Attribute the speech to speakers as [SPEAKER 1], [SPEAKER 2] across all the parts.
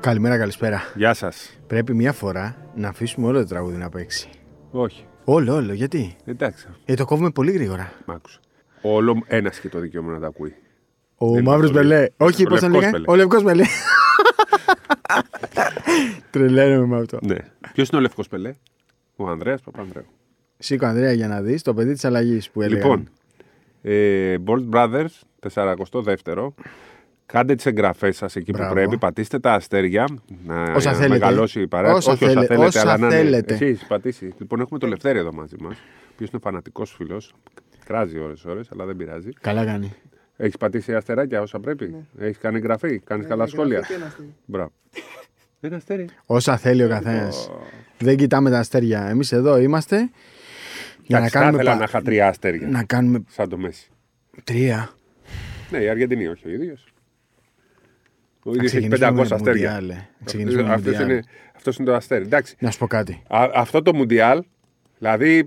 [SPEAKER 1] Καλημέρα, καλησπέρα.
[SPEAKER 2] Γεια σας.
[SPEAKER 1] Πρέπει μια φορά να αφήσουμε όλο το τραγούδι να παίξει.
[SPEAKER 2] Όχι.
[SPEAKER 1] Όλο, όλο, γιατί.
[SPEAKER 2] Εντάξει.
[SPEAKER 1] Ε, το κόβουμε πολύ γρήγορα.
[SPEAKER 2] Μ' άκουσα. Όλο ένας και το δικαίωμα να τα ακούει.
[SPEAKER 1] Ο
[SPEAKER 2] Δεν
[SPEAKER 1] μαύρο
[SPEAKER 2] είναι αυτό,
[SPEAKER 1] μπελέ.
[SPEAKER 2] λέει.
[SPEAKER 1] Όχι,
[SPEAKER 2] Ο
[SPEAKER 1] πώ τον
[SPEAKER 2] λευκός
[SPEAKER 1] λέγανε.
[SPEAKER 2] μπελέ.
[SPEAKER 1] Ο λευκός μπελέ. Τρελαίνομαι με αυτό.
[SPEAKER 2] Ναι. Ποιος είναι ο λευκός πελέ, ο Ανδρέας Παπανδρέου.
[SPEAKER 1] Σήκω, Ανδρέα, για να δεις το παιδί της αλλαγής που έλεγα.
[SPEAKER 2] Λοιπόν, ε, Bold Brothers, 42ο. Κάντε τις εγγραφές σας εκεί
[SPEAKER 1] Μπράβο.
[SPEAKER 2] που πρέπει, πατήστε τα αστέρια. Να,
[SPEAKER 1] Όσα
[SPEAKER 2] να
[SPEAKER 1] θέλετε.
[SPEAKER 2] μεγαλώσει η παρέα.
[SPEAKER 1] Όσα
[SPEAKER 2] Όχι όσα
[SPEAKER 1] θέλε-
[SPEAKER 2] θέλετε,
[SPEAKER 1] όσα
[SPEAKER 2] αλλά να
[SPEAKER 1] θέλετε.
[SPEAKER 2] είναι. Εσείς, πατήσει. Λοιπόν, έχουμε το Λευτέρη εδώ μαζί μας, ο οποίος είναι φανατικός φίλος. Κράζει ώρε-ώρε, αλλά δεν πειράζει.
[SPEAKER 1] Καλά κάνει.
[SPEAKER 2] Έχεις πατήσει αστεράκια όσα πρέπει. Έχεις κάνει εγγραφή, κάνεις καλά σχόλια. Μπράβο. Ένα αστέρι.
[SPEAKER 1] Όσα θέλει ο καθένα.
[SPEAKER 2] Λοιπόν.
[SPEAKER 1] Δεν κοιτάμε τα αστέρια. Εμείς εδώ είμαστε για να
[SPEAKER 2] Εντάξει, θα
[SPEAKER 1] κάνουμε,
[SPEAKER 2] ήθελα
[SPEAKER 1] πα-
[SPEAKER 2] να είχα τρία αστέρια.
[SPEAKER 1] να κάνουμε
[SPEAKER 2] Σαν το Μέση.
[SPEAKER 1] τρία.
[SPEAKER 2] Ναι, η Αργεντινή, όχι ο ίδιος.
[SPEAKER 1] Να
[SPEAKER 2] Ο ίδιος έχει
[SPEAKER 1] ξεκινήσουμε
[SPEAKER 2] 500
[SPEAKER 1] με το
[SPEAKER 2] αστέρια.
[SPEAKER 1] Μουντιάλ, ε. Να ξεκινήσουμε με το
[SPEAKER 2] Αυτός
[SPEAKER 1] Μουντιάλ.
[SPEAKER 2] είναι, αυτός είναι το αστέρι. Εντάξει.
[SPEAKER 1] Να σου πω κάτι.
[SPEAKER 2] Α- αυτό το Μουντιάλ, δηλαδή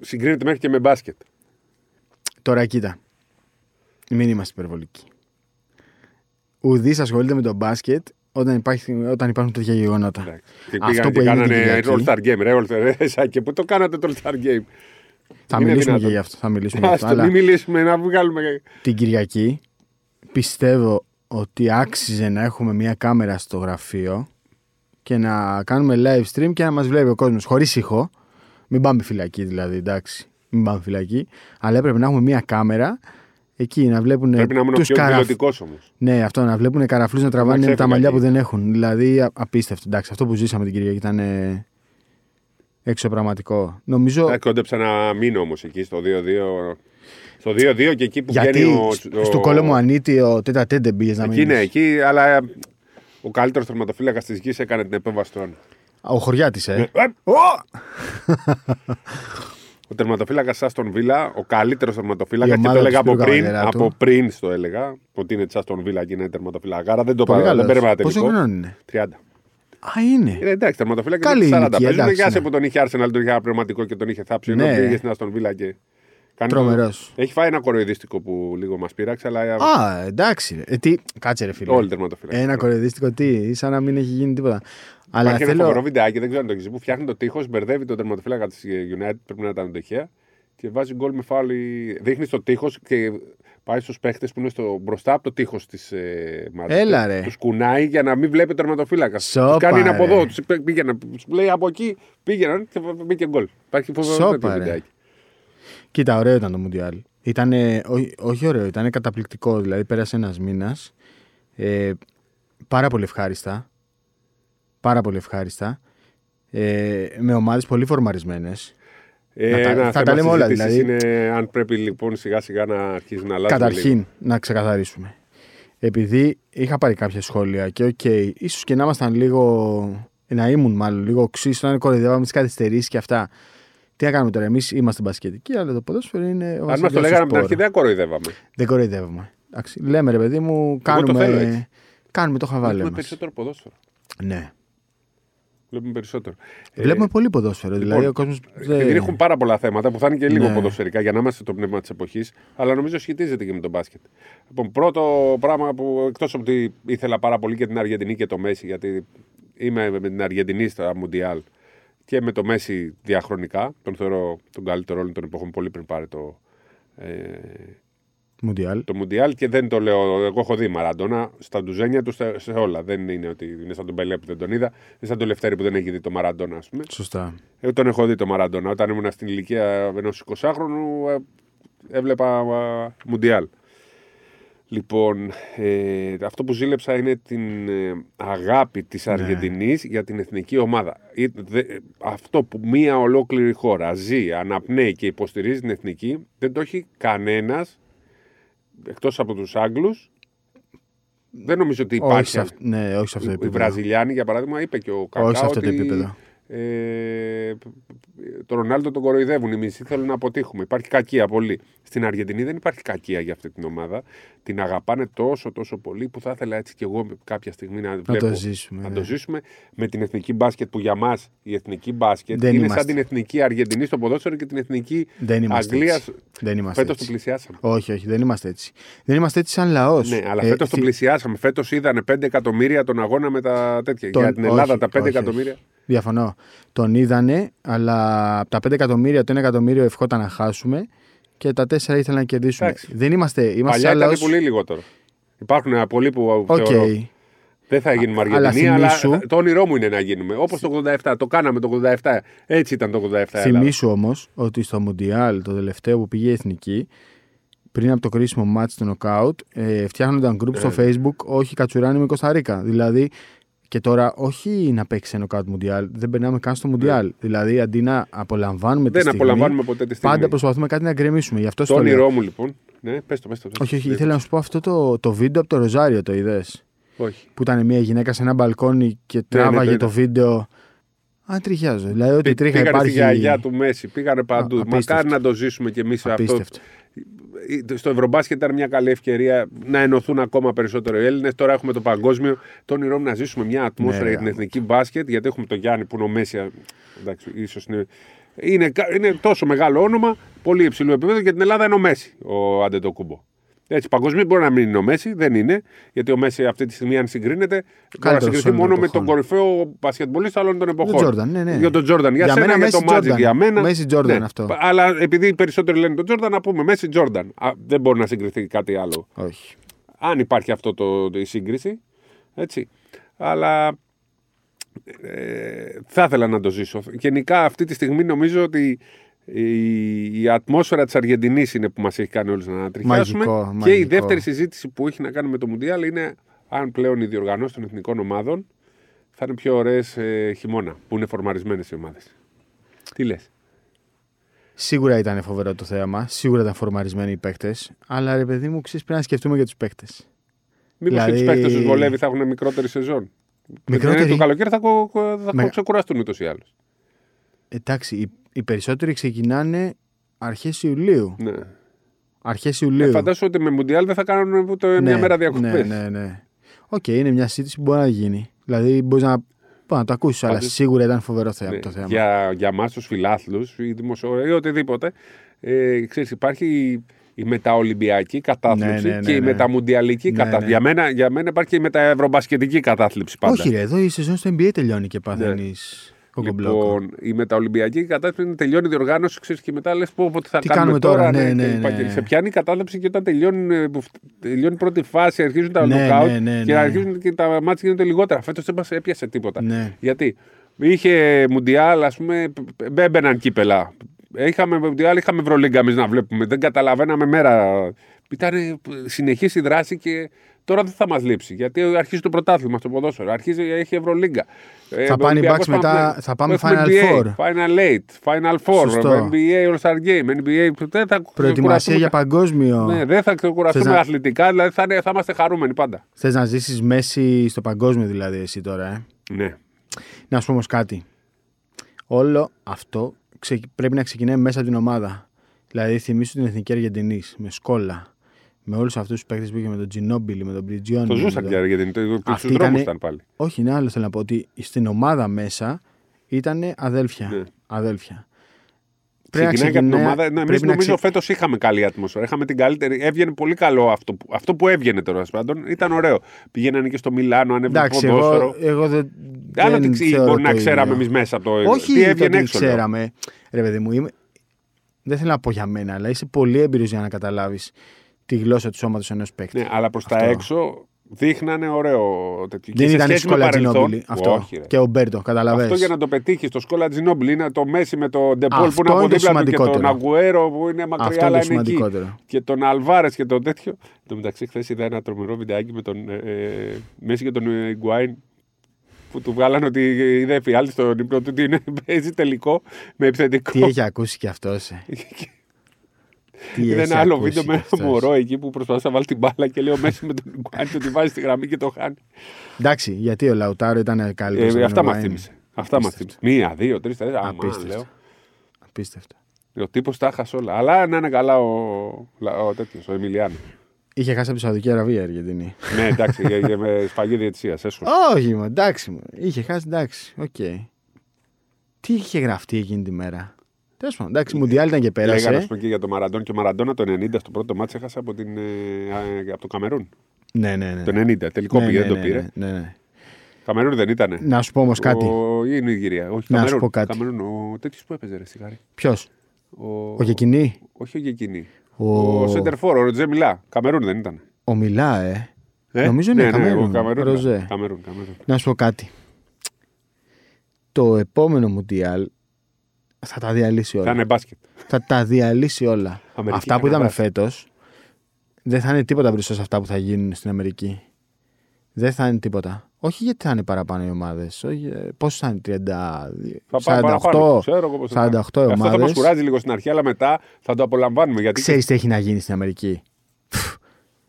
[SPEAKER 2] συγκρίνεται μέχρι και με μπάσκετ.
[SPEAKER 1] Τώρα κοίτα. Μην είμαστε υπερβολικοί. Ουδής ασχολείται με το μπάσκετ όταν, υπάρχει, όταν υπάρχουν τέτοια γεγονότα.
[SPEAKER 2] Εντάξει. Και
[SPEAKER 1] Αυτό
[SPEAKER 2] πήγαν
[SPEAKER 1] που
[SPEAKER 2] και
[SPEAKER 1] έγινε την
[SPEAKER 2] κάνανε
[SPEAKER 1] Κυριακή.
[SPEAKER 2] All Star Game. Ρε, All Star Και πού το κάνατε το All Star Game.
[SPEAKER 1] Θα
[SPEAKER 2] είναι
[SPEAKER 1] μιλήσουμε
[SPEAKER 2] δυνατόν.
[SPEAKER 1] και γι' αυτό. Θα μιλήσουμε γι' αυτό.
[SPEAKER 2] Άστο,
[SPEAKER 1] Ναι, Αλλά Ε,
[SPEAKER 2] μην μιλήσουμε, να βγάλουμε.
[SPEAKER 1] την Κυριακή πιστεύω ότι άξιζε να έχουμε μια κάμερα στο γραφείο και να κάνουμε live stream και να μας βλέπει ο κόσμος χωρίς ήχο. Μην πάμε φυλακή δηλαδή, εντάξει. Μην πάμε φυλακή. Αλλά έπρεπε να έχουμε μια κάμερα εκεί να βλέπουν
[SPEAKER 2] Πρέπει να ήμουν
[SPEAKER 1] τους
[SPEAKER 2] πιο
[SPEAKER 1] καραφ...
[SPEAKER 2] πιλωτικό όμως.
[SPEAKER 1] Ναι, αυτό να βλέπουν καραφλούς να τραβάνε
[SPEAKER 2] ξέφυγα
[SPEAKER 1] τα μαλλιά
[SPEAKER 2] εκεί.
[SPEAKER 1] που δεν έχουν. Δηλαδή, α- απίστευτο. Εντάξει, αυτό που ζήσαμε την Κυριακή ήταν ε, εξωπραγματικό. Νομίζω.
[SPEAKER 2] Ε, κόντεψα να μείνω όμως εκεί στο 2-2. Στο 2-2 και εκεί που
[SPEAKER 1] γιατί
[SPEAKER 2] βγαίνει ο.
[SPEAKER 1] σ- στο κόλεμο Ανίτη ο Τέτα Τέντε μπήκε να
[SPEAKER 2] Εκεί
[SPEAKER 1] μείνεις.
[SPEAKER 2] ναι, εκεί, αλλά ε, ο καλύτερος θερματοφύλακας της γης έκανε την επέμβαση του αιώνα.
[SPEAKER 1] Ο Χωριάτης, ε.
[SPEAKER 2] Ε,
[SPEAKER 1] Ω!
[SPEAKER 2] Ο τερματοφύλακα Άστον Βίλα, ο καλύτερος
[SPEAKER 1] Η
[SPEAKER 2] τερματοφύλακα και
[SPEAKER 1] ομάδα
[SPEAKER 2] το
[SPEAKER 1] του
[SPEAKER 2] έλεγα από
[SPEAKER 1] Σπύρου
[SPEAKER 2] πριν.
[SPEAKER 1] Καβαλιέρα του.
[SPEAKER 2] Από πριν το έλεγα ότι είναι της Άστον Βίλα και είναι τερματοφύλακα. Άρα δεν το
[SPEAKER 1] Πολύ
[SPEAKER 2] παρα-
[SPEAKER 1] καλός.
[SPEAKER 2] Δεν περίμενα
[SPEAKER 1] Πόσο
[SPEAKER 2] τελικό.
[SPEAKER 1] χρονών είναι.
[SPEAKER 2] 30.
[SPEAKER 1] Α, είναι.
[SPEAKER 2] Ε, εντάξει, τερματοφύλακα
[SPEAKER 1] Καλή
[SPEAKER 2] είναι 40.
[SPEAKER 1] ηλικία,
[SPEAKER 2] Παίζουν
[SPEAKER 1] εντάξει,
[SPEAKER 2] και άσε
[SPEAKER 1] ναι.
[SPEAKER 2] που τον είχε Arsenal, τον είχε απρεματικό και τον είχε θάψει. Ενώ
[SPEAKER 1] Ναι.
[SPEAKER 2] πήγε στην Άστον Βίλα και. κάνει το-
[SPEAKER 1] Τρομερός.
[SPEAKER 2] Έχει φάει ένα κοροϊδίστικο που λίγο μας πείραξε, αλλά ε,
[SPEAKER 1] Α, εντάξει. ρε. Ε, τι... Κάτσε, ρε φίλε.
[SPEAKER 2] όλοι τερματοφύλακε.
[SPEAKER 1] Ένα κορεδίστικο τι, σαν να μην έχει γίνει τίποτα. Αλλά
[SPEAKER 2] Υπάρχει ένα φοβερό
[SPEAKER 1] θέλω.
[SPEAKER 2] βιντεάκι, δεν ξέρω αν το έχεις που φτιάχνει το τείχος, μπερδεύει τον τερματοφύλακα της United, πρέπει να ήταν τυχαία, και βάζει γκολ με φάουλη. Δείχνει στο τείχος και πάει στους παίχτες που είναι στο, μπροστά από το τείχος της ε, ομάδα.
[SPEAKER 1] Έλα, ρε.
[SPEAKER 2] Τους κουνάει για να μην βλέπει ο τερματοφύλακας.
[SPEAKER 1] Σόπα,
[SPEAKER 2] Του κάνει ένα από
[SPEAKER 1] ρε.
[SPEAKER 2] εδώ, τους λέει από εκεί, πήγαιναν και μπήκε γκολ. Υπάρχει φοβερό
[SPEAKER 1] Σόπα,
[SPEAKER 2] τέτοιο
[SPEAKER 1] ρε.
[SPEAKER 2] βιντεάκι.
[SPEAKER 1] Κοίτα, ωραίο ήταν το Μουντιάλ. Ήταν, όχι ωραίο, ήταν καταπληκτικό. Δηλαδή, πέρασε ένας μήνας. Ε, πάρα πολύ ευχάριστα. Πάρα πολύ ευχάριστα. Ε, με ομάδες πολύ φορμαρισμένες.
[SPEAKER 2] Ε,
[SPEAKER 1] Να τα-
[SPEAKER 2] ένα
[SPEAKER 1] θα τα
[SPEAKER 2] θέμα
[SPEAKER 1] λέμε όλα,
[SPEAKER 2] συζήτησης
[SPEAKER 1] δηλαδή.
[SPEAKER 2] Είναι αν πρέπει λοιπόν σιγά σιγά να αρχίζει να αλλάζει.
[SPEAKER 1] Καταρχήν, να ξεκαθαρίσουμε. Επειδή είχα πάρει κάποια σχόλια και οκ, okay, ίσως και να ήμασταν λίγο. να ήμουν μάλλον λίγο οξύς, όταν κοροϊδεύαμε τις καθυστερήσεις και αυτά. Τι να κάνουμε τώρα, εμείς είμαστε μπασκετικοί, αλλά το ποδόσφαιρο είναι. ο
[SPEAKER 2] Αν μας το
[SPEAKER 1] βασικός
[SPEAKER 2] λέγανε από την
[SPEAKER 1] σπόρο.
[SPEAKER 2] αρχή, δεν κοροϊδεύαμε.
[SPEAKER 1] Δεν κοροϊδεύουμε. Εντάξει, Λέμε ρε παιδί μου, κάνουμε,
[SPEAKER 2] θέλω έτσι.
[SPEAKER 1] κάνουμε το
[SPEAKER 2] Βλέπουμε
[SPEAKER 1] χαβάλε μας.
[SPEAKER 2] περισσότερο ποδόσφαιρο.
[SPEAKER 1] Ναι.
[SPEAKER 2] Βλέπουμε περισσότερο. Ε, λοιπόν,
[SPEAKER 1] Βλέπουμε πολύ ποδόσφαιρο. δηλαδή ο κόσμος...
[SPEAKER 2] Επειδή έχουν πάρα πολλά θέματα που θα είναι και λίγο
[SPEAKER 1] Ναι.
[SPEAKER 2] ποδοσφαιρικά για να είμαστε στο πνεύμα της εποχής, αλλά νομίζω σχετίζεται και με τον μπάσκετ. Λοιπόν, πρώτο πράγμα που εκτός από ότι ήθελα πάρα πολύ και την Αργεντινή και το Μέση, γιατί είμαι με την Αργεντινή στα Μουντιάλ και με το Μέση διαχρονικά. Τον θεωρώ τον καλύτερο όλων των εποχών πολύ πριν πάρει το, ε,
[SPEAKER 1] Μουντιάλ.
[SPEAKER 2] το Μουντιάλ και δεν το λέω. Εγώ έχω δει Μαραντόνα στα ντουζένια του στα- σε όλα. Δεν είναι ότι είναι σαν τον Πελέ που δεν τον είδα, είναι σαν τον Λευτέρη που δεν έχει δει το Μαραντόνα, ας πούμε.
[SPEAKER 1] Σωστά.
[SPEAKER 2] Ε, τον έχω δει το Μαραντόνα. Όταν ήμουν στην ηλικία ενός 20χρονου, ε, έβλεπα ε, Μουντιάλ. Λοιπόν, ε, αυτό που ζήλεψα είναι την ε, αγάπη της Αργεντινής για την εθνική ομάδα. Ε, δε- ε, αυτό που μία ολόκληρη χώρα ζει, αναπνέει και υποστηρίζει την εθνική, δεν το έχει κανένας, εκτός από τους Άγγλους. Δεν νομίζω ότι
[SPEAKER 1] Όχι σε,
[SPEAKER 2] υπάρχει.
[SPEAKER 1] αυ... ναι, όχι σε αυτό το
[SPEAKER 2] Οι
[SPEAKER 1] επίπεδο.
[SPEAKER 2] Βραζιλιάνοι, για παράδειγμα, είπε και ο Κακά
[SPEAKER 1] Όχι σε αυτό το
[SPEAKER 2] ότι
[SPEAKER 1] επίπεδο.
[SPEAKER 2] Ε, το Ρονάλντο τον κοροϊδεύουν. Οι μισοί θέλουν να αποτύχουμε. Υπάρχει κακία πολύ. Στην Αργεντινή δεν υπάρχει κακία για αυτή την ομάδα. Την αγαπάνε τόσο τόσο πολύ που θα ήθελα έτσι κι εγώ κάποια στιγμή να βλέπω.
[SPEAKER 1] το ζήσουμε,
[SPEAKER 2] Να
[SPEAKER 1] ναι.
[SPEAKER 2] το ζήσουμε με την εθνική μπάσκετ που για μας η εθνική μπάσκετ
[SPEAKER 1] Δεν
[SPEAKER 2] είναι σαν
[SPEAKER 1] είμαστε.
[SPEAKER 2] την εθνική Αργεντινή στο ποδόσφαιρο και την εθνική
[SPEAKER 1] Δεν είμαστε
[SPEAKER 2] Αγγλία.
[SPEAKER 1] έτσι. Δεν είμαστε
[SPEAKER 2] Φέτος
[SPEAKER 1] έτσι.
[SPEAKER 2] την πλησιάσαμε.
[SPEAKER 1] Όχι, όχι, δεν είμαστε έτσι. Δεν είμαστε έτσι σαν Ε, λαός.
[SPEAKER 2] Ναι, αλλά φέτο τον πλησιάσαμε. Φέτος είδανε 5 εκατομμύρια τον αγώνα με τα τέτοια. Για την Ελλάδα τα 5 εκατομμύρια.
[SPEAKER 1] Διαφωνώ. Τον είδανε, αλλά από τα 5 εκατομμύρια, το 1 εκατομμύριο ευχόταν να χάσουμε και τα 4 ήθελαν να κερδίσουμε.
[SPEAKER 2] Εντάξει.
[SPEAKER 1] Δεν είμαστε. Είμαστε
[SPEAKER 2] Παλιά
[SPEAKER 1] σαν
[SPEAKER 2] ήταν
[SPEAKER 1] λαός.
[SPEAKER 2] πολύ λιγότερο. Υπάρχουν α, πολλοί που α,
[SPEAKER 1] Οκ.
[SPEAKER 2] θεωρώ δεν θα γίνουμε
[SPEAKER 1] Αλλά
[SPEAKER 2] Αργεντινοί, αλλά,
[SPEAKER 1] θυμήσου-
[SPEAKER 2] το όνειρό μου είναι να γίνουμε. Όπως το 87. Το κάναμε το 87. Έτσι ήταν το 87. η Ελλάδα.
[SPEAKER 1] Θυμήσου όμως ότι στο Μουντιάλ, το τελευταίο που πήγε η εθνική, πριν από το κρίσιμο μάτς του νοκάουτ, ε, φτιάχνονταν group στο facebook όχι Κατσουράνη με Κωνσταντίνα. Δηλαδή, και τώρα όχι να παίξει σε νοκάουτ Μουντιάλ, δεν περνάμε καν στο Μουντιάλ. Δηλαδή, αντί να απολαμβάνουμε τη
[SPEAKER 2] Ναι. Δεν
[SPEAKER 1] στιγμή,
[SPEAKER 2] απολαμβάνουμε ποτέ τη στιγμή.
[SPEAKER 1] πάντα προσπαθούμε κάτι να γκρεμίσουμε. Γι' αυτό
[SPEAKER 2] Το
[SPEAKER 1] στο λέω.
[SPEAKER 2] όνειρό μου λοιπόν. Ναι, πες το, πες το. πες το.
[SPEAKER 1] Όχι, όχι,
[SPEAKER 2] Ναι.
[SPEAKER 1] ήθελα να σου πω αυτό το, το βίντεο από το Ροζάριο, το είδες.
[SPEAKER 2] όχι.
[SPEAKER 1] Που ήταν μια γυναίκα σε ένα μπαλκόνι και
[SPEAKER 2] ναι, το
[SPEAKER 1] τράβαγε
[SPEAKER 2] είδα.
[SPEAKER 1] το, βίντεο. Α, τριχιάζω. Δηλαδή, ό,τι τρίχα
[SPEAKER 2] πήγανε
[SPEAKER 1] υπάρχει.
[SPEAKER 2] στη γιαγιά του Μέση, πήγανε παντού.
[SPEAKER 1] Α, απίστευτο.
[SPEAKER 2] Μακάρι να το ζήσουμε κι εμείς αυτό.
[SPEAKER 1] Απίστευτο.
[SPEAKER 2] Ε, Στο Ευρωμπάσκετ ήταν μια καλή ευκαιρία να ενωθούν ακόμα περισσότερο οι Έλληνες. Τώρα έχουμε το παγκόσμιο. Το όνειρό μου να ζήσουμε μια ατμόσφαιρα
[SPEAKER 1] Ναι,
[SPEAKER 2] για την
[SPEAKER 1] ρε.
[SPEAKER 2] εθνική μπάσκετ, γιατί έχουμε τον Γιάννη που είναι ο Μέση. α, Εντάξει, ίσως είναι, είναι, κα- είναι τόσο μεγάλο όνομα, πολύ υψηλό επίπεδο και την Ελλάδα είναι ο Μέση, ο Αντετοκούμπο. Έτσι, παγκοσμίω μπορεί να μην είναι ο Μέση, δεν είναι, γιατί ο Μέση αυτή τη στιγμή, αν συγκρίνεται, μπορεί να
[SPEAKER 1] Καλύτερος
[SPEAKER 2] συγκριθεί
[SPEAKER 1] όλων των
[SPEAKER 2] μόνο με τον
[SPEAKER 1] εποχών.
[SPEAKER 2] κορυφαίο μπασκετμπολίστα όλων των εποχών.
[SPEAKER 1] Τζόρνταν, ναι, ναι.
[SPEAKER 2] Για τον Τζόρνταν. Για,
[SPEAKER 1] Για
[SPEAKER 2] σένα,
[SPEAKER 1] μένα
[SPEAKER 2] για
[SPEAKER 1] Μέση
[SPEAKER 2] τον Μάτζικ,
[SPEAKER 1] Τζόρνταν.
[SPEAKER 2] για μένα. Ναι.
[SPEAKER 1] Μέση Τζόρνταν αυτό.
[SPEAKER 2] Αλλά επειδή οι περισσότεροι λένε τον Τζόρνταν, να πούμε Μέση Τζόρνταν. Α, Δεν μπορεί να συγκριθεί κάτι άλλο.
[SPEAKER 1] Όχι.
[SPEAKER 2] Αν υπάρχει αυτό το, το- η σύγκριση. Έτσι. Αλλά ε, θα ήθελα να το ζήσω. Γενικά αυτή τη στιγμή νομίζω ότι η, η ατμόσφαιρα της Αργεντινής είναι που μας έχει κάνει όλους να ανατριχιάσουμε.
[SPEAKER 1] Μαγικό,
[SPEAKER 2] και η
[SPEAKER 1] μαγικό.
[SPEAKER 2] δεύτερη συζήτηση που έχει να κάνει με το Μουντιάλ είναι αν πλέον οι διοργανώσεις των εθνικών ομάδων θα είναι πιο ωραίες ε, χειμώνα που είναι φορμαρισμένες οι ομάδες. Τι λες.
[SPEAKER 1] Σίγουρα ήταν φοβερό το θέαμα. Σίγουρα ήταν φορμαρισμένοι οι παίκτες. Αλλά ρε παιδί μου, ξέρεις, πρέπει να σκεφτούμε για τους παίκτες.
[SPEAKER 2] Μήπως
[SPEAKER 1] Δηλαδή-
[SPEAKER 2] δηλαδή... τους παίκτες τους βολεύει θα έχουν μικρότερη σεζόν. Ε,
[SPEAKER 1] Μικρότερη.
[SPEAKER 2] Το καλοκαίρι θα, κο- κο- θα
[SPEAKER 1] Με-
[SPEAKER 2] ξεκουραστούν ούτως ή άλλως.
[SPEAKER 1] Εντάξει, οι, οι περισσότεροι ξεκινάνε αρχές Ιουλίου.
[SPEAKER 2] Ναι.
[SPEAKER 1] Αρχές
[SPEAKER 2] Ε,
[SPEAKER 1] Ιουλίου.
[SPEAKER 2] φαντάσου ότι με Μουντιάλ δεν θα κάνουν ούτε μια μέρα διακοπές.
[SPEAKER 1] Ναι, ναι, ναι. Οκ, είναι μια συζήτηση που μπορεί να γίνει. Δηλαδή μπορείς να, μπορεί να το ακούσεις, αλλά
[SPEAKER 2] Πάντως-
[SPEAKER 1] σίγουρα ήταν φοβερό θέαμα,
[SPEAKER 2] Ναι.
[SPEAKER 1] το θέμα.
[SPEAKER 2] Για, για εμά τους φιλάθλους ή δημοσιογράφους ή οτιδήποτε, ε, ξέρεις, υπάρχει η, η μεταολυμπιακή κατάθλιψη
[SPEAKER 1] Ναι, ναι, ναι,
[SPEAKER 2] και η
[SPEAKER 1] ναι.
[SPEAKER 2] μεταμουντιαλική
[SPEAKER 1] Ναι,
[SPEAKER 2] κατάθλιψη.
[SPEAKER 1] ναι.
[SPEAKER 2] Για, μένα, για μένα υπάρχει και η μεταευρωμπασκετική κατάθλιψη πάντα.
[SPEAKER 1] Όχι, ρε, εδώ η σεζόν στο NBA τελειώνει και παθαίνει. Ο κομπλόκο.
[SPEAKER 2] Λοιπόν, η μεταολυμπιακή κατάθλιψη είναι τελειώνει η διοργάνωση, ξέρεις και μετά λες πω ότι θα
[SPEAKER 1] Τι κάνουμε
[SPEAKER 2] κάνουμε
[SPEAKER 1] τώρα, ναι,
[SPEAKER 2] και
[SPEAKER 1] ναι,
[SPEAKER 2] λοιπά.
[SPEAKER 1] ναι.
[SPEAKER 2] Και σε πιάνει η κατάθλιψη και όταν τελειώνει, ε, που φ- τελειώνει η πρώτη φάση, αρχίζουν τα
[SPEAKER 1] Ναι,
[SPEAKER 2] νοκάουτ
[SPEAKER 1] ναι, ναι,
[SPEAKER 2] και
[SPEAKER 1] ναι.
[SPEAKER 2] αρχίζουν και τα μάτια γίνονται λιγότερα. Φέτος δεν μας έπιασε τίποτα.
[SPEAKER 1] Ναι.
[SPEAKER 2] Γιατί είχε μουντιάλ, ας πούμε, π- π- έμπαιναν κύπελα. Είχαμε μουντιάλ, είχαμε βρολίγκα εμείς να βλέπουμε. Δεν καταλαβαίναμε μέρα. Ήταν συνεχής η δράση και τώρα δεν θα μας λείψει. Γιατί αρχίζει το πρωτάθλημα στο ποδόσφαιρο. Αρχίζει, έχει Ευρωλίγκα. Ε,
[SPEAKER 1] Θα πάνε οι
[SPEAKER 2] Ολυμπιακός
[SPEAKER 1] Bucks μετά,
[SPEAKER 2] Παναθηναϊκός.
[SPEAKER 1] θα πάμε
[SPEAKER 2] Έχουμε
[SPEAKER 1] Final
[SPEAKER 2] NBA,
[SPEAKER 1] Four.
[SPEAKER 2] Final 8, Final 4,
[SPEAKER 1] Σωστό.
[SPEAKER 2] NBA All-Star Game, NBA. Δεν θα
[SPEAKER 1] Προετοιμασία
[SPEAKER 2] ξεκουραστούμε
[SPEAKER 1] για
[SPEAKER 2] κα-
[SPEAKER 1] παγκόσμιο.
[SPEAKER 2] Ναι, δεν θα ξεκουραστούμε
[SPEAKER 1] Θες να-
[SPEAKER 2] αθλητικά, δηλαδή θα, είναι- θα είμαστε χαρούμενοι πάντα.
[SPEAKER 1] Θες να ζήσεις μέση στο παγκόσμιο δηλαδή εσύ τώρα, ε.
[SPEAKER 2] Ναι.
[SPEAKER 1] Να σου πω όμως κάτι. Όλο αυτό ξε- πρέπει να ξεκινάει μέσα από την ομάδα. Δηλαδή, θυμίσου την Εθνική Αργεντινής με Σκόλα, με όλους αυτούς τους παίκτες που είχε με τον Τζινόμπιλι, με τον Πριτζιόνι.
[SPEAKER 2] Το
[SPEAKER 1] με
[SPEAKER 2] ζούσαν
[SPEAKER 1] τον-
[SPEAKER 2] και οι Αργεντινοί. Το- το-
[SPEAKER 1] Αυτή
[SPEAKER 2] Στους δρόμους
[SPEAKER 1] Ναι. ήτανε-
[SPEAKER 2] ήταν πάλι.
[SPEAKER 1] Όχι, ναι, άλλο θέλω να πω ότι στην ομάδα μέσα ήταν αδέλφια.
[SPEAKER 2] Ναι.
[SPEAKER 1] Αδέλφια.
[SPEAKER 2] Ξεκινάει και από την ομάδα. Εμεί
[SPEAKER 1] να
[SPEAKER 2] νομίζω
[SPEAKER 1] ξε-
[SPEAKER 2] φέτος είχαμε καλή ατμόσφαιρα. Είχαμε την καλύτερη. Έβγαινε πολύ καλό αυτό που, αυτό που έβγαινε τώρα. τέλος Πάντων ήταν ωραίο. Πηγαίνανε και στο Μιλάνο, ανέβαινε
[SPEAKER 1] Εντάξει,
[SPEAKER 2] το
[SPEAKER 1] εγώ,
[SPEAKER 2] ποδόσφαιρο.
[SPEAKER 1] εγώ δεν.
[SPEAKER 2] Άλλο
[SPEAKER 1] δεν
[SPEAKER 2] τι ξε-
[SPEAKER 1] θεωρώ
[SPEAKER 2] μπορεί να
[SPEAKER 1] το ίδιο.
[SPEAKER 2] ξέραμε εμείς μέσα από το.
[SPEAKER 1] Όχι,
[SPEAKER 2] τι
[SPEAKER 1] το
[SPEAKER 2] έβγαινε
[SPEAKER 1] ότι
[SPEAKER 2] έξω. λέω.
[SPEAKER 1] ξέραμε. Ρε παιδί μου, είμαι... δεν θέλω να πω για μένα, αλλά είσαι πολύ έμπειρος για να καταλάβεις τη γλώσσα του σώματο ενός παίκτη.
[SPEAKER 2] Ναι, αλλά προς τα
[SPEAKER 1] Αυτό.
[SPEAKER 2] έξω δείχνανε ωραίο τέτοιο. Και
[SPEAKER 1] δεν
[SPEAKER 2] σε
[SPEAKER 1] ήταν
[SPEAKER 2] σχέση με
[SPEAKER 1] σκολα
[SPEAKER 2] παρελθόν-
[SPEAKER 1] Τζινόμπιλι αυτό.
[SPEAKER 2] Όχι, ρε.
[SPEAKER 1] και ο Μπέρτο,
[SPEAKER 2] Αυτό για
[SPEAKER 1] καταλαβαίνεις.
[SPEAKER 2] να το πετύχεις, το σκόλα Τζινόμπιλ είναι το Μέση με τον Ντεπόλ που
[SPEAKER 1] Αυτό
[SPEAKER 2] είναι από
[SPEAKER 1] είναι το
[SPEAKER 2] δίπλα του και τον
[SPEAKER 1] σημαντικότερο.
[SPEAKER 2] Αγκουέρο που είναι μακριά,
[SPEAKER 1] Αυτό είναι το
[SPEAKER 2] αλλά είναι εκεί.
[SPEAKER 1] σημαντικότερο.
[SPEAKER 2] Και τον Αλβάρες και το τέτοιο. Εν τω μεταξύ, χθες είδα ένα τρομερό βιντεάκι με τον ε, ε, Μέση και τον ε, Γκουάιν που του βγάλανε ότι είδε εφιάλτη στον ύπνο του ότι είναι- παίζει τελικό με επιθετικό.
[SPEAKER 1] Τι έχει ακούσει κι αυτός. Ε. Τι
[SPEAKER 2] Είδα
[SPEAKER 1] έχεις
[SPEAKER 2] ένα άλλο
[SPEAKER 1] ακούσει
[SPEAKER 2] βίντεο με
[SPEAKER 1] κι
[SPEAKER 2] ένα
[SPEAKER 1] αυτός.
[SPEAKER 2] μωρό εκεί που προσπαθούσε να βάλεις την μπάλα και λέει ο Μέση με τον Γκουάιν του τη βάζεις στη γραμμή και το χάνει.
[SPEAKER 1] Εντάξει, γιατί ο Λαουτάρο ήταν καλύτερος.
[SPEAKER 2] Ε, αυτά μα θύμισε. Αυτά μα
[SPEAKER 1] Απίστευτο.
[SPEAKER 2] Μία, δύο, τρεις, τέσσερα. Αμάν,
[SPEAKER 1] Απίστευτο.
[SPEAKER 2] λέω.
[SPEAKER 1] Απίστευτο.
[SPEAKER 2] Ο τύπος τα χάσε όλα. Αλλά να είναι καλά ο, ο, ο τέτοιος, ο Εμιλιάνο.
[SPEAKER 1] Είχε χάσει από τη Σαουδική Αραβία η Αργεντινή.
[SPEAKER 2] ναι, εντάξει, για, για, με σφαγή διαιτησία, έσχος.
[SPEAKER 1] Όχι, μα εντάξει. Μου. Είχε χάσει, εντάξει. Οκ. Τι είχε γραφτεί εκείνη τη μέρα. Τέλος πάντων, εντάξει, Μουντιάλ ήταν και
[SPEAKER 2] Λέγανε ας
[SPEAKER 1] πέρασε.
[SPEAKER 2] πούμε, και για τον Μαραντόν και ο Μαραντόνα το 90 στο πρώτο μάτσο έχασε από, την, ε, α, από το Καμερούν.
[SPEAKER 1] Ναι, ναι, ναι.
[SPEAKER 2] Το 90, τελικό
[SPEAKER 1] Ναι,
[SPEAKER 2] πήγε,
[SPEAKER 1] ναι,
[SPEAKER 2] δεν το
[SPEAKER 1] ναι,
[SPEAKER 2] πήρε.
[SPEAKER 1] ναι, ναι, ναι.
[SPEAKER 2] Καμερούν δεν ήτανε.
[SPEAKER 1] Να σου πω όμως κάτι.
[SPEAKER 2] Ο... ή Είναι η Ιγυρία. Όχι,
[SPEAKER 1] Να σου
[SPEAKER 2] Καμερούν.
[SPEAKER 1] πω κάτι.
[SPEAKER 2] Καμερούν, ο τέτοιος που έπαιζε, ρε σιγάρι.
[SPEAKER 1] Ποιος,
[SPEAKER 2] Ο...
[SPEAKER 1] ο Γεκινή.
[SPEAKER 2] Όχι ο Γεκινή.
[SPEAKER 1] Ο-
[SPEAKER 2] Ο, Σεντερφόρ, ο Ροτζέ Μιλά. Καμερούν δεν ήταν.
[SPEAKER 1] Ο Μιλά, ε. Νομίζω είναι
[SPEAKER 2] ναι,
[SPEAKER 1] Καμερούν,
[SPEAKER 2] ο Καμερούν. ναι.
[SPEAKER 1] Ροζέ.
[SPEAKER 2] Καμερούν, Καμερούν.
[SPEAKER 1] Να σου πω κάτι. Το επόμενο Μουντιάλ θα τα διαλύσει
[SPEAKER 2] Θα
[SPEAKER 1] όλα.
[SPEAKER 2] είναι μπάσκετ.
[SPEAKER 1] Θα τα διαλύσει όλα.
[SPEAKER 2] Αμερική,
[SPEAKER 1] αυτά που
[SPEAKER 2] Καναδάς.
[SPEAKER 1] είδαμε φέτος δεν θα είναι τίποτα μπροστά σε αυτά που θα γίνουν στην Αμερική. Δεν θα είναι τίποτα. Όχι γιατί θα είναι παραπάνω οι ομάδες. Πόσε θα είναι, 32,
[SPEAKER 2] Θα πάμε παραπάνω.
[SPEAKER 1] 48.
[SPEAKER 2] Ξέρω εγώ πώς θα
[SPEAKER 1] 48
[SPEAKER 2] πάμε. Αυτό θα
[SPEAKER 1] ομάδες.
[SPEAKER 2] μας κουράζει λίγο στην αρχή, αλλά μετά θα το απολαμβάνουμε. Γιατί
[SPEAKER 1] Ξέρεις τι έχει να γίνει στην Αμερική. Φου.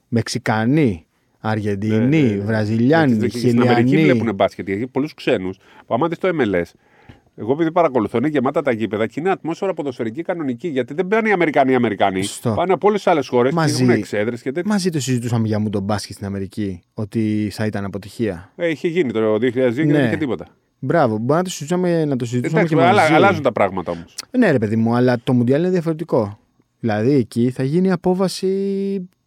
[SPEAKER 1] Μεξικανοί, Αργεντινοί,
[SPEAKER 2] Ναι, ναι, ναι.
[SPEAKER 1] Βραζιλιάνοι,
[SPEAKER 2] Γιατί Στην Αμερική
[SPEAKER 1] Χιλιανοί.
[SPEAKER 2] βλέπουν μπάσκετ. Γιατί πολλούς ξένους που άμα δεις το MLS. Εγώ επειδή παρακολουθώ, είναι γεμάτα τα γήπεδα και είναι ατμόσφαιρα ποδοσφαιρική κανονική. Γιατί δεν μπαίνουν οι Αμερικανοί οι Αμερικανοί.
[SPEAKER 1] Σωστό.
[SPEAKER 2] Πάνε από όλες τις άλλες χώρες και
[SPEAKER 1] Μαζί.
[SPEAKER 2] έχουν εξέδρες και τέτοια.
[SPEAKER 1] Μαζί το συζητούσαμε για μου τον μπάσκετ στην Αμερική. Ότι θα ήταν αποτυχία.
[SPEAKER 2] Ε, είχε γίνει το 2002 και
[SPEAKER 1] Ναι.
[SPEAKER 2] δεν είχε τίποτα.
[SPEAKER 1] Μπράβο, μπορεί να το συζητούσαμε, να το συζητούσαμε
[SPEAKER 2] Εντάξει,
[SPEAKER 1] και μαζί.
[SPEAKER 2] αλλά, αλλάζουν τα πράγματα όμως.
[SPEAKER 1] Ναι, ρε παιδί μου, αλλά το Μουντιάλ είναι διαφορετικό. Δηλαδή εκεί θα γίνει απόβαση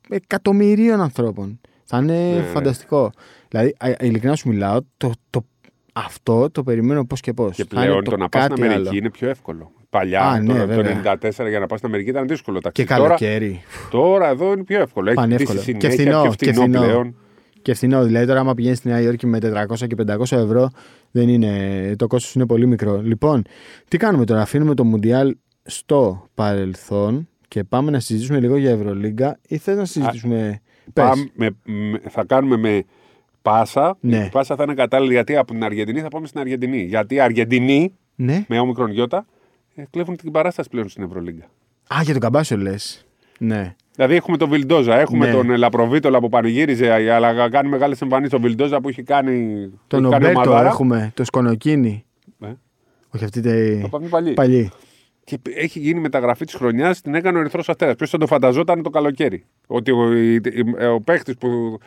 [SPEAKER 1] εκατομμυρίων ανθρώπων. Θα είναι
[SPEAKER 2] Ναι.
[SPEAKER 1] φανταστικό. Δηλαδή, α, ειλικρινά σου μιλάω, το, το, αυτό το περιμένω πώς και πώς.
[SPEAKER 2] Και πλέον το, να πας στην Αμερική είναι πιο εύκολο. Παλιά,
[SPEAKER 1] Α, ναι,
[SPEAKER 2] το, το
[SPEAKER 1] βέβαια.
[SPEAKER 2] 94 για να πας στην Αμερική ήταν δύσκολο ταξίδι.
[SPEAKER 1] Και
[SPEAKER 2] Τώρα,
[SPEAKER 1] καλοκαίρι.
[SPEAKER 2] τώρα εδώ είναι πιο εύκολο. Έχει
[SPEAKER 1] Πανεύκολο.
[SPEAKER 2] χτίσει
[SPEAKER 1] Και
[SPEAKER 2] συνέχεια,
[SPEAKER 1] φθηνό,
[SPEAKER 2] πιο
[SPEAKER 1] και φθηνό.
[SPEAKER 2] πλέον.
[SPEAKER 1] Και φθηνό. Δηλαδή, τώρα, άμα πηγαίνεις στη Νέα Υόρκη με 400 και 500 ευρώ, δεν είναι, το κόστος είναι πολύ μικρό. Λοιπόν, τι κάνουμε τώρα, αφήνουμε το Μουντιάλ στο παρελθόν και πάμε να συζητήσουμε λίγο για Ευρωλίγκα ή θες να συζητήσουμε. Πες.
[SPEAKER 2] Πάμε, με, με- θα κάνουμε με πάσα.
[SPEAKER 1] Ναι.
[SPEAKER 2] Η πάσα θα είναι κατάλληλη γιατί από την Αργεντινή θα πάμε στην Αργεντινή. Γιατί οι Αργεντινοί
[SPEAKER 1] Ναι.
[SPEAKER 2] με όμικρον γιώτα ε, κλέβουν την παράσταση πλέον στην Ευρωλίγκα.
[SPEAKER 1] Α, για τον Καμπάσιο λες. Ναι.
[SPEAKER 2] Δηλαδή έχουμε τον Βιλντόζα, έχουμε
[SPEAKER 1] Ναι.
[SPEAKER 2] τον ε, Λαπροβίτολα που πανηγύριζε, ε, αλλά κάνει μεγάλες εμφανίσεις. Τον Βιλντόζα που έχει κάνει. που
[SPEAKER 1] Τον
[SPEAKER 2] έχει κάνει
[SPEAKER 1] Ομπέρτο
[SPEAKER 2] ομαδάρα.
[SPEAKER 1] έχουμε, το Σκονοκίνη.
[SPEAKER 2] Ε,
[SPEAKER 1] Όχι αυτή τη.
[SPEAKER 2] το πάμε παλί.
[SPEAKER 1] Παλιή.
[SPEAKER 2] Και έχει γίνει μεταγραφή της χρονιάς, την έκανε ο Ερυθρός Αστέρας. Ποιος θα το φανταζόταν το καλοκαίρι. Ότι ο, η- η- ε, ο παίχτη που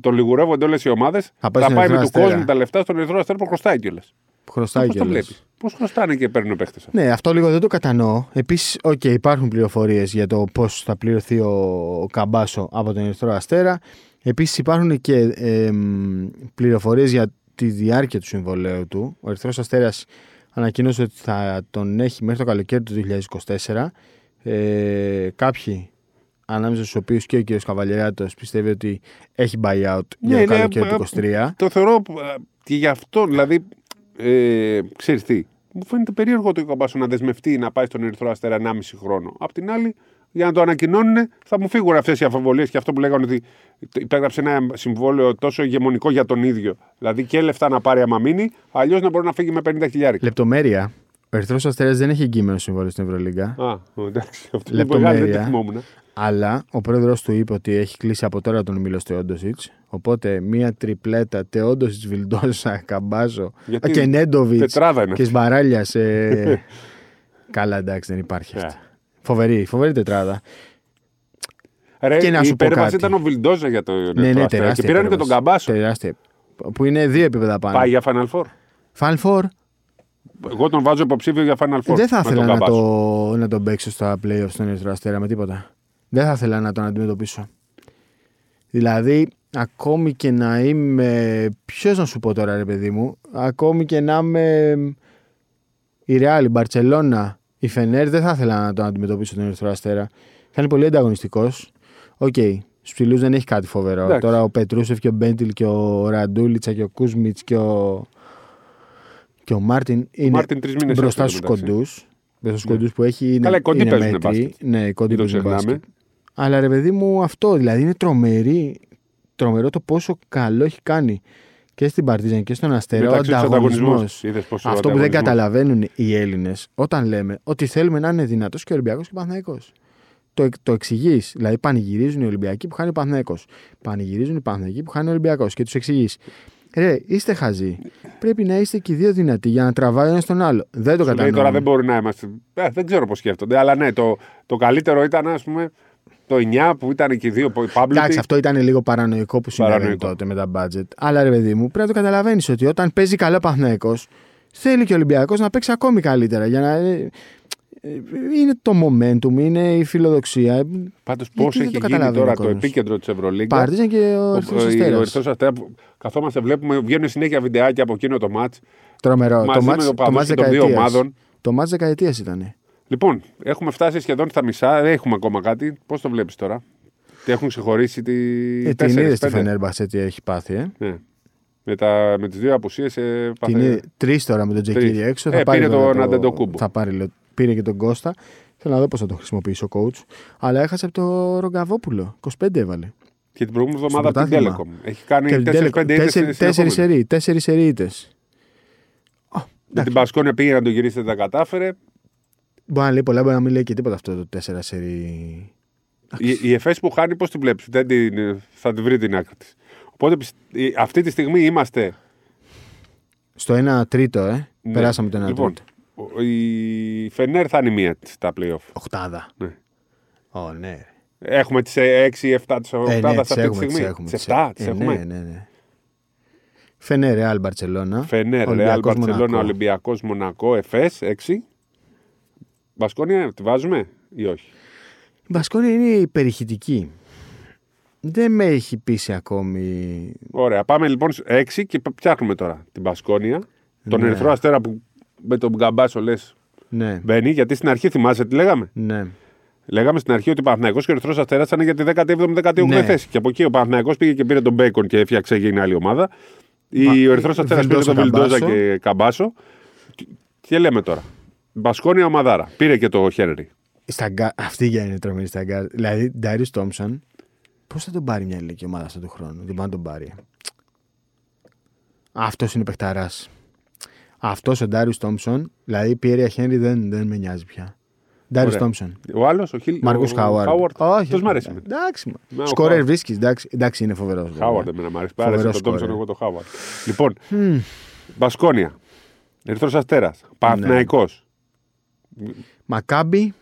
[SPEAKER 2] τον λιγουρεύονται όλες οι ομάδες
[SPEAKER 1] Θα
[SPEAKER 2] θα
[SPEAKER 1] πάει
[SPEAKER 2] πάει,
[SPEAKER 1] στον Ερυθρό
[SPEAKER 2] με του
[SPEAKER 1] Αστέρα.
[SPEAKER 2] κόσμου τα λεφτά στον Ερυθρό Αστέρα που χρωστάει κιόλας.
[SPEAKER 1] Χρωστάει
[SPEAKER 2] Πώς το
[SPEAKER 1] κιόλας.
[SPEAKER 2] βλέπεις. Πώς χρωστάνε και παίρνουν παίχτες.
[SPEAKER 1] Ναι, αυτό λίγο δεν το κατανοώ. Επίσης, OK, υπάρχουν πληροφορίες για το πώς θα πληρωθεί ο, ο Καμπάσο από τον Ερυθρό Αστέρα. Επίσης, υπάρχουν και ε, πληροφορίες για τη διάρκεια του συμβολέου του. Ο Ερυθρό Αστέρας ανακοίνωσε ότι θα τον έχει μέχρι το καλοκαίρι του 2024. Ε, κάποιοι ανάμεσα στους οποίους και ο κ. Καβαλιεράτο πιστεύει ότι έχει buyout για
[SPEAKER 2] Ναι,
[SPEAKER 1] το
[SPEAKER 2] ναι,
[SPEAKER 1] καλοκαίρι
[SPEAKER 2] ε,
[SPEAKER 1] του 2023.
[SPEAKER 2] Το θεωρώ ε, και γι' αυτό, δηλαδή, ε, ξέρεις τι. Μου φαίνεται περίεργο το Καμπάσο να δεσμευτεί να πάει στον Ερυθρό Αστέρα 1,5 χρόνο. Απ' την άλλη, για να το ανακοινώνουν, θα μου φύγουν αυτές οι αμφιβολίε και αυτό που λέγανε ότι υπέγραψε ένα συμβόλαιο τόσο ηγεμονικό για τον ίδιο. Δηλαδή και λεφτά να πάρει άμα μείνει, αλλιώς να μπορεί να φύγει με 50 χιλιάρια.
[SPEAKER 1] Λεπτομέρεια. Ο Ερυθρός Αστέρας δεν έχει εγγυημένο συμβόλαιο στην Ευρωλίγκα.
[SPEAKER 2] Α, εντάξει. Αυτό είναι μεγάλο,
[SPEAKER 1] Λεπτομέρεια.
[SPEAKER 2] δεν το θυμόμουν.
[SPEAKER 1] Αλλά ο πρόεδρος του είπε ότι έχει κλείσει από τώρα τον Μίλος Τεόντοσιτ. Οπότε μία τριπλέτα Τεόντοσιτ, Βιλντόσα, Καμπάζο
[SPEAKER 2] Γιατί
[SPEAKER 1] και Νέντοβιτ
[SPEAKER 2] τετράδα είναι
[SPEAKER 1] και Σμπαράλια. Ε... Καλά, εντάξει, δεν υπάρχει
[SPEAKER 2] Ε.
[SPEAKER 1] αυτή. Φοβερή, φοβερή τετράδα.
[SPEAKER 2] Ρε,
[SPEAKER 1] Και να
[SPEAKER 2] η
[SPEAKER 1] σου πω
[SPEAKER 2] υπέρβαση
[SPEAKER 1] κάτι.
[SPEAKER 2] ήταν ο Βιλντόζα για τον Ερυθρό
[SPEAKER 1] ναι, ναι,
[SPEAKER 2] Αστέρα.
[SPEAKER 1] τεράστια.
[SPEAKER 2] Και πήραν και τον
[SPEAKER 1] υπέρβαση. Ε, ναι.
[SPEAKER 2] Καμπάσο.
[SPEAKER 1] Τεράστια. Που είναι δύο επίπεδα πάνω.
[SPEAKER 2] Πάει για Final Four.
[SPEAKER 1] Final Four.
[SPEAKER 2] Εγώ τον βάζω υποψήφιο για Final Four.
[SPEAKER 1] Ε, Δεν θα
[SPEAKER 2] με
[SPEAKER 1] ήθελα
[SPEAKER 2] τον
[SPEAKER 1] να,
[SPEAKER 2] Καμπάσο.
[SPEAKER 1] το, να τον παίξω στα playoffs στον Ερυθρό Αστέρα με τίποτα. Δεν θα ήθελα να τον αντιμετωπίσω. Δηλαδή, ακόμη και να είμαι. Ποιος να σου πω τώρα, ρε παιδί μου, ακόμη και να είμαι η Ρεάλ, η Μπαρσελόνα, η Φενέρ, δεν θα ήθελα να τον αντιμετωπίσω τον Ερυθρό Αστέρα. Θα είναι πολύ ανταγωνιστικός. Οκ. Στους ψηλούς δεν έχει κάτι φοβερό.
[SPEAKER 2] Εντάξει.
[SPEAKER 1] Τώρα ο Πετρούσεφ και ο Μπέντιλ και ο Ραντούλιτσα και ο Κούσμιτ και ο. Και ο Μάρτιν είναι
[SPEAKER 2] Μάρτιν τρεις μήνες
[SPEAKER 1] μπροστά
[SPEAKER 2] έφυγε
[SPEAKER 1] στου
[SPEAKER 2] μεταξύ.
[SPEAKER 1] κοντούς. Μπροστά στους κοντούς που έχει είναι.
[SPEAKER 2] Ναι. Καλά, οι κοντοί
[SPEAKER 1] είναι
[SPEAKER 2] παίζουνε
[SPEAKER 1] μέτρη.
[SPEAKER 2] μπάσκετ.
[SPEAKER 1] Ναι, οι κοντοί
[SPEAKER 2] Μην το
[SPEAKER 1] παίζουν
[SPEAKER 2] ξεχνάμε.
[SPEAKER 1] μπάσκετ. Αλλά ρε παιδί μου, αυτό δηλαδή είναι τρομερή, τρομερό το πόσο καλό έχει κάνει και στην Παρτίζαν και στον Αστέρα. Ο
[SPEAKER 2] Μεταξύ τους
[SPEAKER 1] ανταγωνισμός.
[SPEAKER 2] ανταγωνισμούς. Είδες πόσο
[SPEAKER 1] Αυτό που δεν
[SPEAKER 2] ανταγωνισμός.
[SPEAKER 1] καταλαβαίνουν οι Έλληνες όταν λέμε ότι θέλουμε να είναι δυνατός και Ολυμπιακός και Παναθναϊκό. Το, εκ- το εξηγείς. Δηλαδή, πανηγυρίζουν οι Ολυμπιακοί που χάνει ο Παναθναϊκό. Πανηγυρίζουν οι Παναθναϊκοί που χάνει ο Ολυμπιακός και τους εξηγείς. Ρε, είστε χαζοί. Πρέπει να είστε και οι δύο δυνατοί για να τραβάει ο ένας τον άλλο. Δεν το
[SPEAKER 2] Δηλαδή
[SPEAKER 1] κατανοώ.
[SPEAKER 2] τώρα δεν μπορεί να είμαστε. Ε, δεν ξέρω πώς σκέφτονται. Αλλά ναι, το, το καλύτερο ήταν ας πούμε το 9 που ήταν και οι δύο
[SPEAKER 1] Εντάξει,
[SPEAKER 2] Παμπλουτ.
[SPEAKER 1] αυτό ήταν λίγο παρανοϊκό που συνέβαινε
[SPEAKER 2] Παρανοϊκό.
[SPEAKER 1] τότε με τα budget. Αλλά ρε παιδί μου, πρέπει να το καταλαβαίνεις ότι όταν παίζει καλά ο Παναθηναϊκός, θέλει και ο Ολυμπιακός να παίξει ακόμη καλύτερα. Για να... ε, ε, Είναι το momentum, είναι η φιλοδοξία.
[SPEAKER 2] Πάντως
[SPEAKER 1] δεν
[SPEAKER 2] πώ
[SPEAKER 1] το
[SPEAKER 2] έχει γίνει
[SPEAKER 1] καταλαβαίνει ο
[SPEAKER 2] τώρα το
[SPEAKER 1] κόσμος.
[SPEAKER 2] επίκεντρο της Ευρωλίγκας.
[SPEAKER 1] Πάρτιζαν και ο Ερυθρό Αστέρα.
[SPEAKER 2] Ερυθρό Αστέρα. που Καθόμαστε, βλέπουμε, βγαίνουν συνέχεια βιντεάκια από εκείνο το μάτ.
[SPEAKER 1] Τρομερό.
[SPEAKER 2] Μαζί
[SPEAKER 1] Το
[SPEAKER 2] με
[SPEAKER 1] μάτς- το
[SPEAKER 2] το παδούς
[SPEAKER 1] μάτς
[SPEAKER 2] και των δύο
[SPEAKER 1] δεκαετίας.
[SPEAKER 2] ομάδων.
[SPEAKER 1] Το μάτς δεκαετίας ήταν.
[SPEAKER 2] Λοιπόν, έχουμε φτάσει σχεδόν στα μισά. Δεν έχουμε ακόμα κάτι. Πώς το βλέπεις τώρα. Τι έχουν ξεχωρίσει τη.
[SPEAKER 1] Ε, την
[SPEAKER 2] τέσσερις,
[SPEAKER 1] είδες στη
[SPEAKER 2] πέντε.
[SPEAKER 1] Φενέρμπαχτσε τι έχει πάθει. Ε.
[SPEAKER 2] Ναι. Με, τα, με τις δύο απουσίες. Ε, πάθε-
[SPEAKER 1] Την είδε τρεις τώρα με τον Τζεκίρι
[SPEAKER 2] Τρεις.
[SPEAKER 1] έξω.
[SPEAKER 2] Ε, πήρε
[SPEAKER 1] βέβαια
[SPEAKER 2] τον Αντετοκούμπο.
[SPEAKER 1] Θα πάρει, λέω, πήρε και τον Κώστα. Θέλω να δω πώς θα το χρησιμοποιήσει ο coach. Αλλά έχασε από το Ρογκαβόπουλο. 25 έβαλε.
[SPEAKER 2] Και την προηγούμενη εβδομάδα
[SPEAKER 1] Στο
[SPEAKER 2] από την Telecom.
[SPEAKER 1] πρωτάθλημα.
[SPEAKER 2] Έχει κάνει 4-5 ήττε.
[SPEAKER 1] Τέσσερι σερί. Τέσσερι σερί ήττες.
[SPEAKER 2] Με την Πασκόνια πήγε να τον γυρίσει, δεν τα κατάφερε.
[SPEAKER 1] Μπορεί να λέει πολλά, μπορεί να μην λέει και τίποτα αυτό το τέσσερα σερί.
[SPEAKER 2] Η, η ΕΦΕΣ που χάνει, πώς την βλέπεις. Δεν την, ε, θα την βρει την άκρη της. Οπότε πισ- η- αυτή τη στιγμή είμαστε.
[SPEAKER 1] Στο 1 τρίτο, ε.
[SPEAKER 2] ναι.
[SPEAKER 1] Περάσαμε το 1
[SPEAKER 2] λοιπόν,
[SPEAKER 1] τρίτο.
[SPEAKER 2] ο- Η Φενέρ θα είναι η μία της στα playoff.
[SPEAKER 1] Οχτάδα.
[SPEAKER 2] Ναι.
[SPEAKER 1] Ω, ναι.
[SPEAKER 2] Έχουμε τις 6-7 τη
[SPEAKER 1] Ε, ναι,
[SPEAKER 2] Οκτάδα
[SPEAKER 1] τις
[SPEAKER 2] αυτή τη
[SPEAKER 1] έχουμε, τις
[SPEAKER 2] στιγμή.
[SPEAKER 1] έχουμε.
[SPEAKER 2] Τις 7
[SPEAKER 1] τις
[SPEAKER 2] τις
[SPEAKER 1] ε, Ναι,
[SPEAKER 2] έχουμε.
[SPEAKER 1] ναι, ναι. Φενέρ, Ρεάλ Μπαρσελόνα.
[SPEAKER 2] Φενέρ, Ρεάλ,
[SPEAKER 1] Ολυμπιακός,
[SPEAKER 2] Μπαρσελόνα,
[SPEAKER 1] Μονακό.
[SPEAKER 2] Ολυμπιακός, Μονακό, ΕΦΕΣ 6. Μπασκόνια, τη βάζουμε ή όχι.
[SPEAKER 1] Η Μπασκόνια είναι υπερηχητική. Δεν με έχει πείσει ακόμη.
[SPEAKER 2] Ωραία, πάμε λοιπόν σε 6 και ψάχνουμε τώρα την Μπασκόνια. Τον
[SPEAKER 1] Ναι.
[SPEAKER 2] Ερυθρό Αστέρα που με τον Γκαμπάσο λες
[SPEAKER 1] Ναι,
[SPEAKER 2] μπαίνει, γιατί στην αρχή θυμάσαι τι λέγαμε.
[SPEAKER 1] ναι.
[SPEAKER 2] Λέγαμε στην αρχή ότι ο Παναθυναϊκό και ο Ερυθρός Αστέρας ήταν για τη 17η-18η
[SPEAKER 1] Ναι.
[SPEAKER 2] θέση. Και από εκεί ο Παναθυναϊκό πήγε και πήρε τον Μπέικον και έφτιαξε έγινε άλλη ομάδα. Η, ο Ερυθρός Αστέρας πήρε
[SPEAKER 1] Βιλντόσα,
[SPEAKER 2] τον Βιλντόζα
[SPEAKER 1] Καμπάσο.
[SPEAKER 2] και Καμπάσο. Και, και λέμε τώρα. Μπασκόνια ομαδάρα. Πήρε και το Χένρι.
[SPEAKER 1] Στα γκα- Αυτή για είναι τρομερή στα γκάρ. Δηλαδή, Ντάριο Τόμψον, πώς θα τον πάρει μια ηλικία ομάδα αυτού του χρόνου. Δεν πάει να τον πάρει. Αυτός είναι παιχταράς. Αυτός ο Ντάριο Τόμψον, δηλαδή Πιέρια Χένρι δεν, δεν με νοιάζει πια. Ντάριο
[SPEAKER 2] Ωραία.
[SPEAKER 1] Τόμψον.
[SPEAKER 2] Ο άλλος, ο Χίλ.
[SPEAKER 1] Μάρκος
[SPEAKER 2] ο- ο
[SPEAKER 1] Χάουαρντ.
[SPEAKER 2] Αυτό μ' αρέσει. εμένα.
[SPEAKER 1] Εντάξει.
[SPEAKER 2] Ναι, ο
[SPEAKER 1] Σκορέρ
[SPEAKER 2] Χάουαρντ.
[SPEAKER 1] βρίσκεις. Εντάξει, εντάξει, είναι φοβερός.
[SPEAKER 2] Χάουαρντ ναι. εμένα μ' αρέσει. Πάρα
[SPEAKER 1] Φοβερός
[SPEAKER 2] τον Τόμψον,
[SPEAKER 1] σκόρερ.
[SPEAKER 2] εγώ το Χάουαρντ. Λοιπόν, Μπασκόνια. Ερυθρός Αστέρας.
[SPEAKER 1] Ναι.
[SPEAKER 2] Παναθυναϊκό.
[SPEAKER 1] Μακάμπι.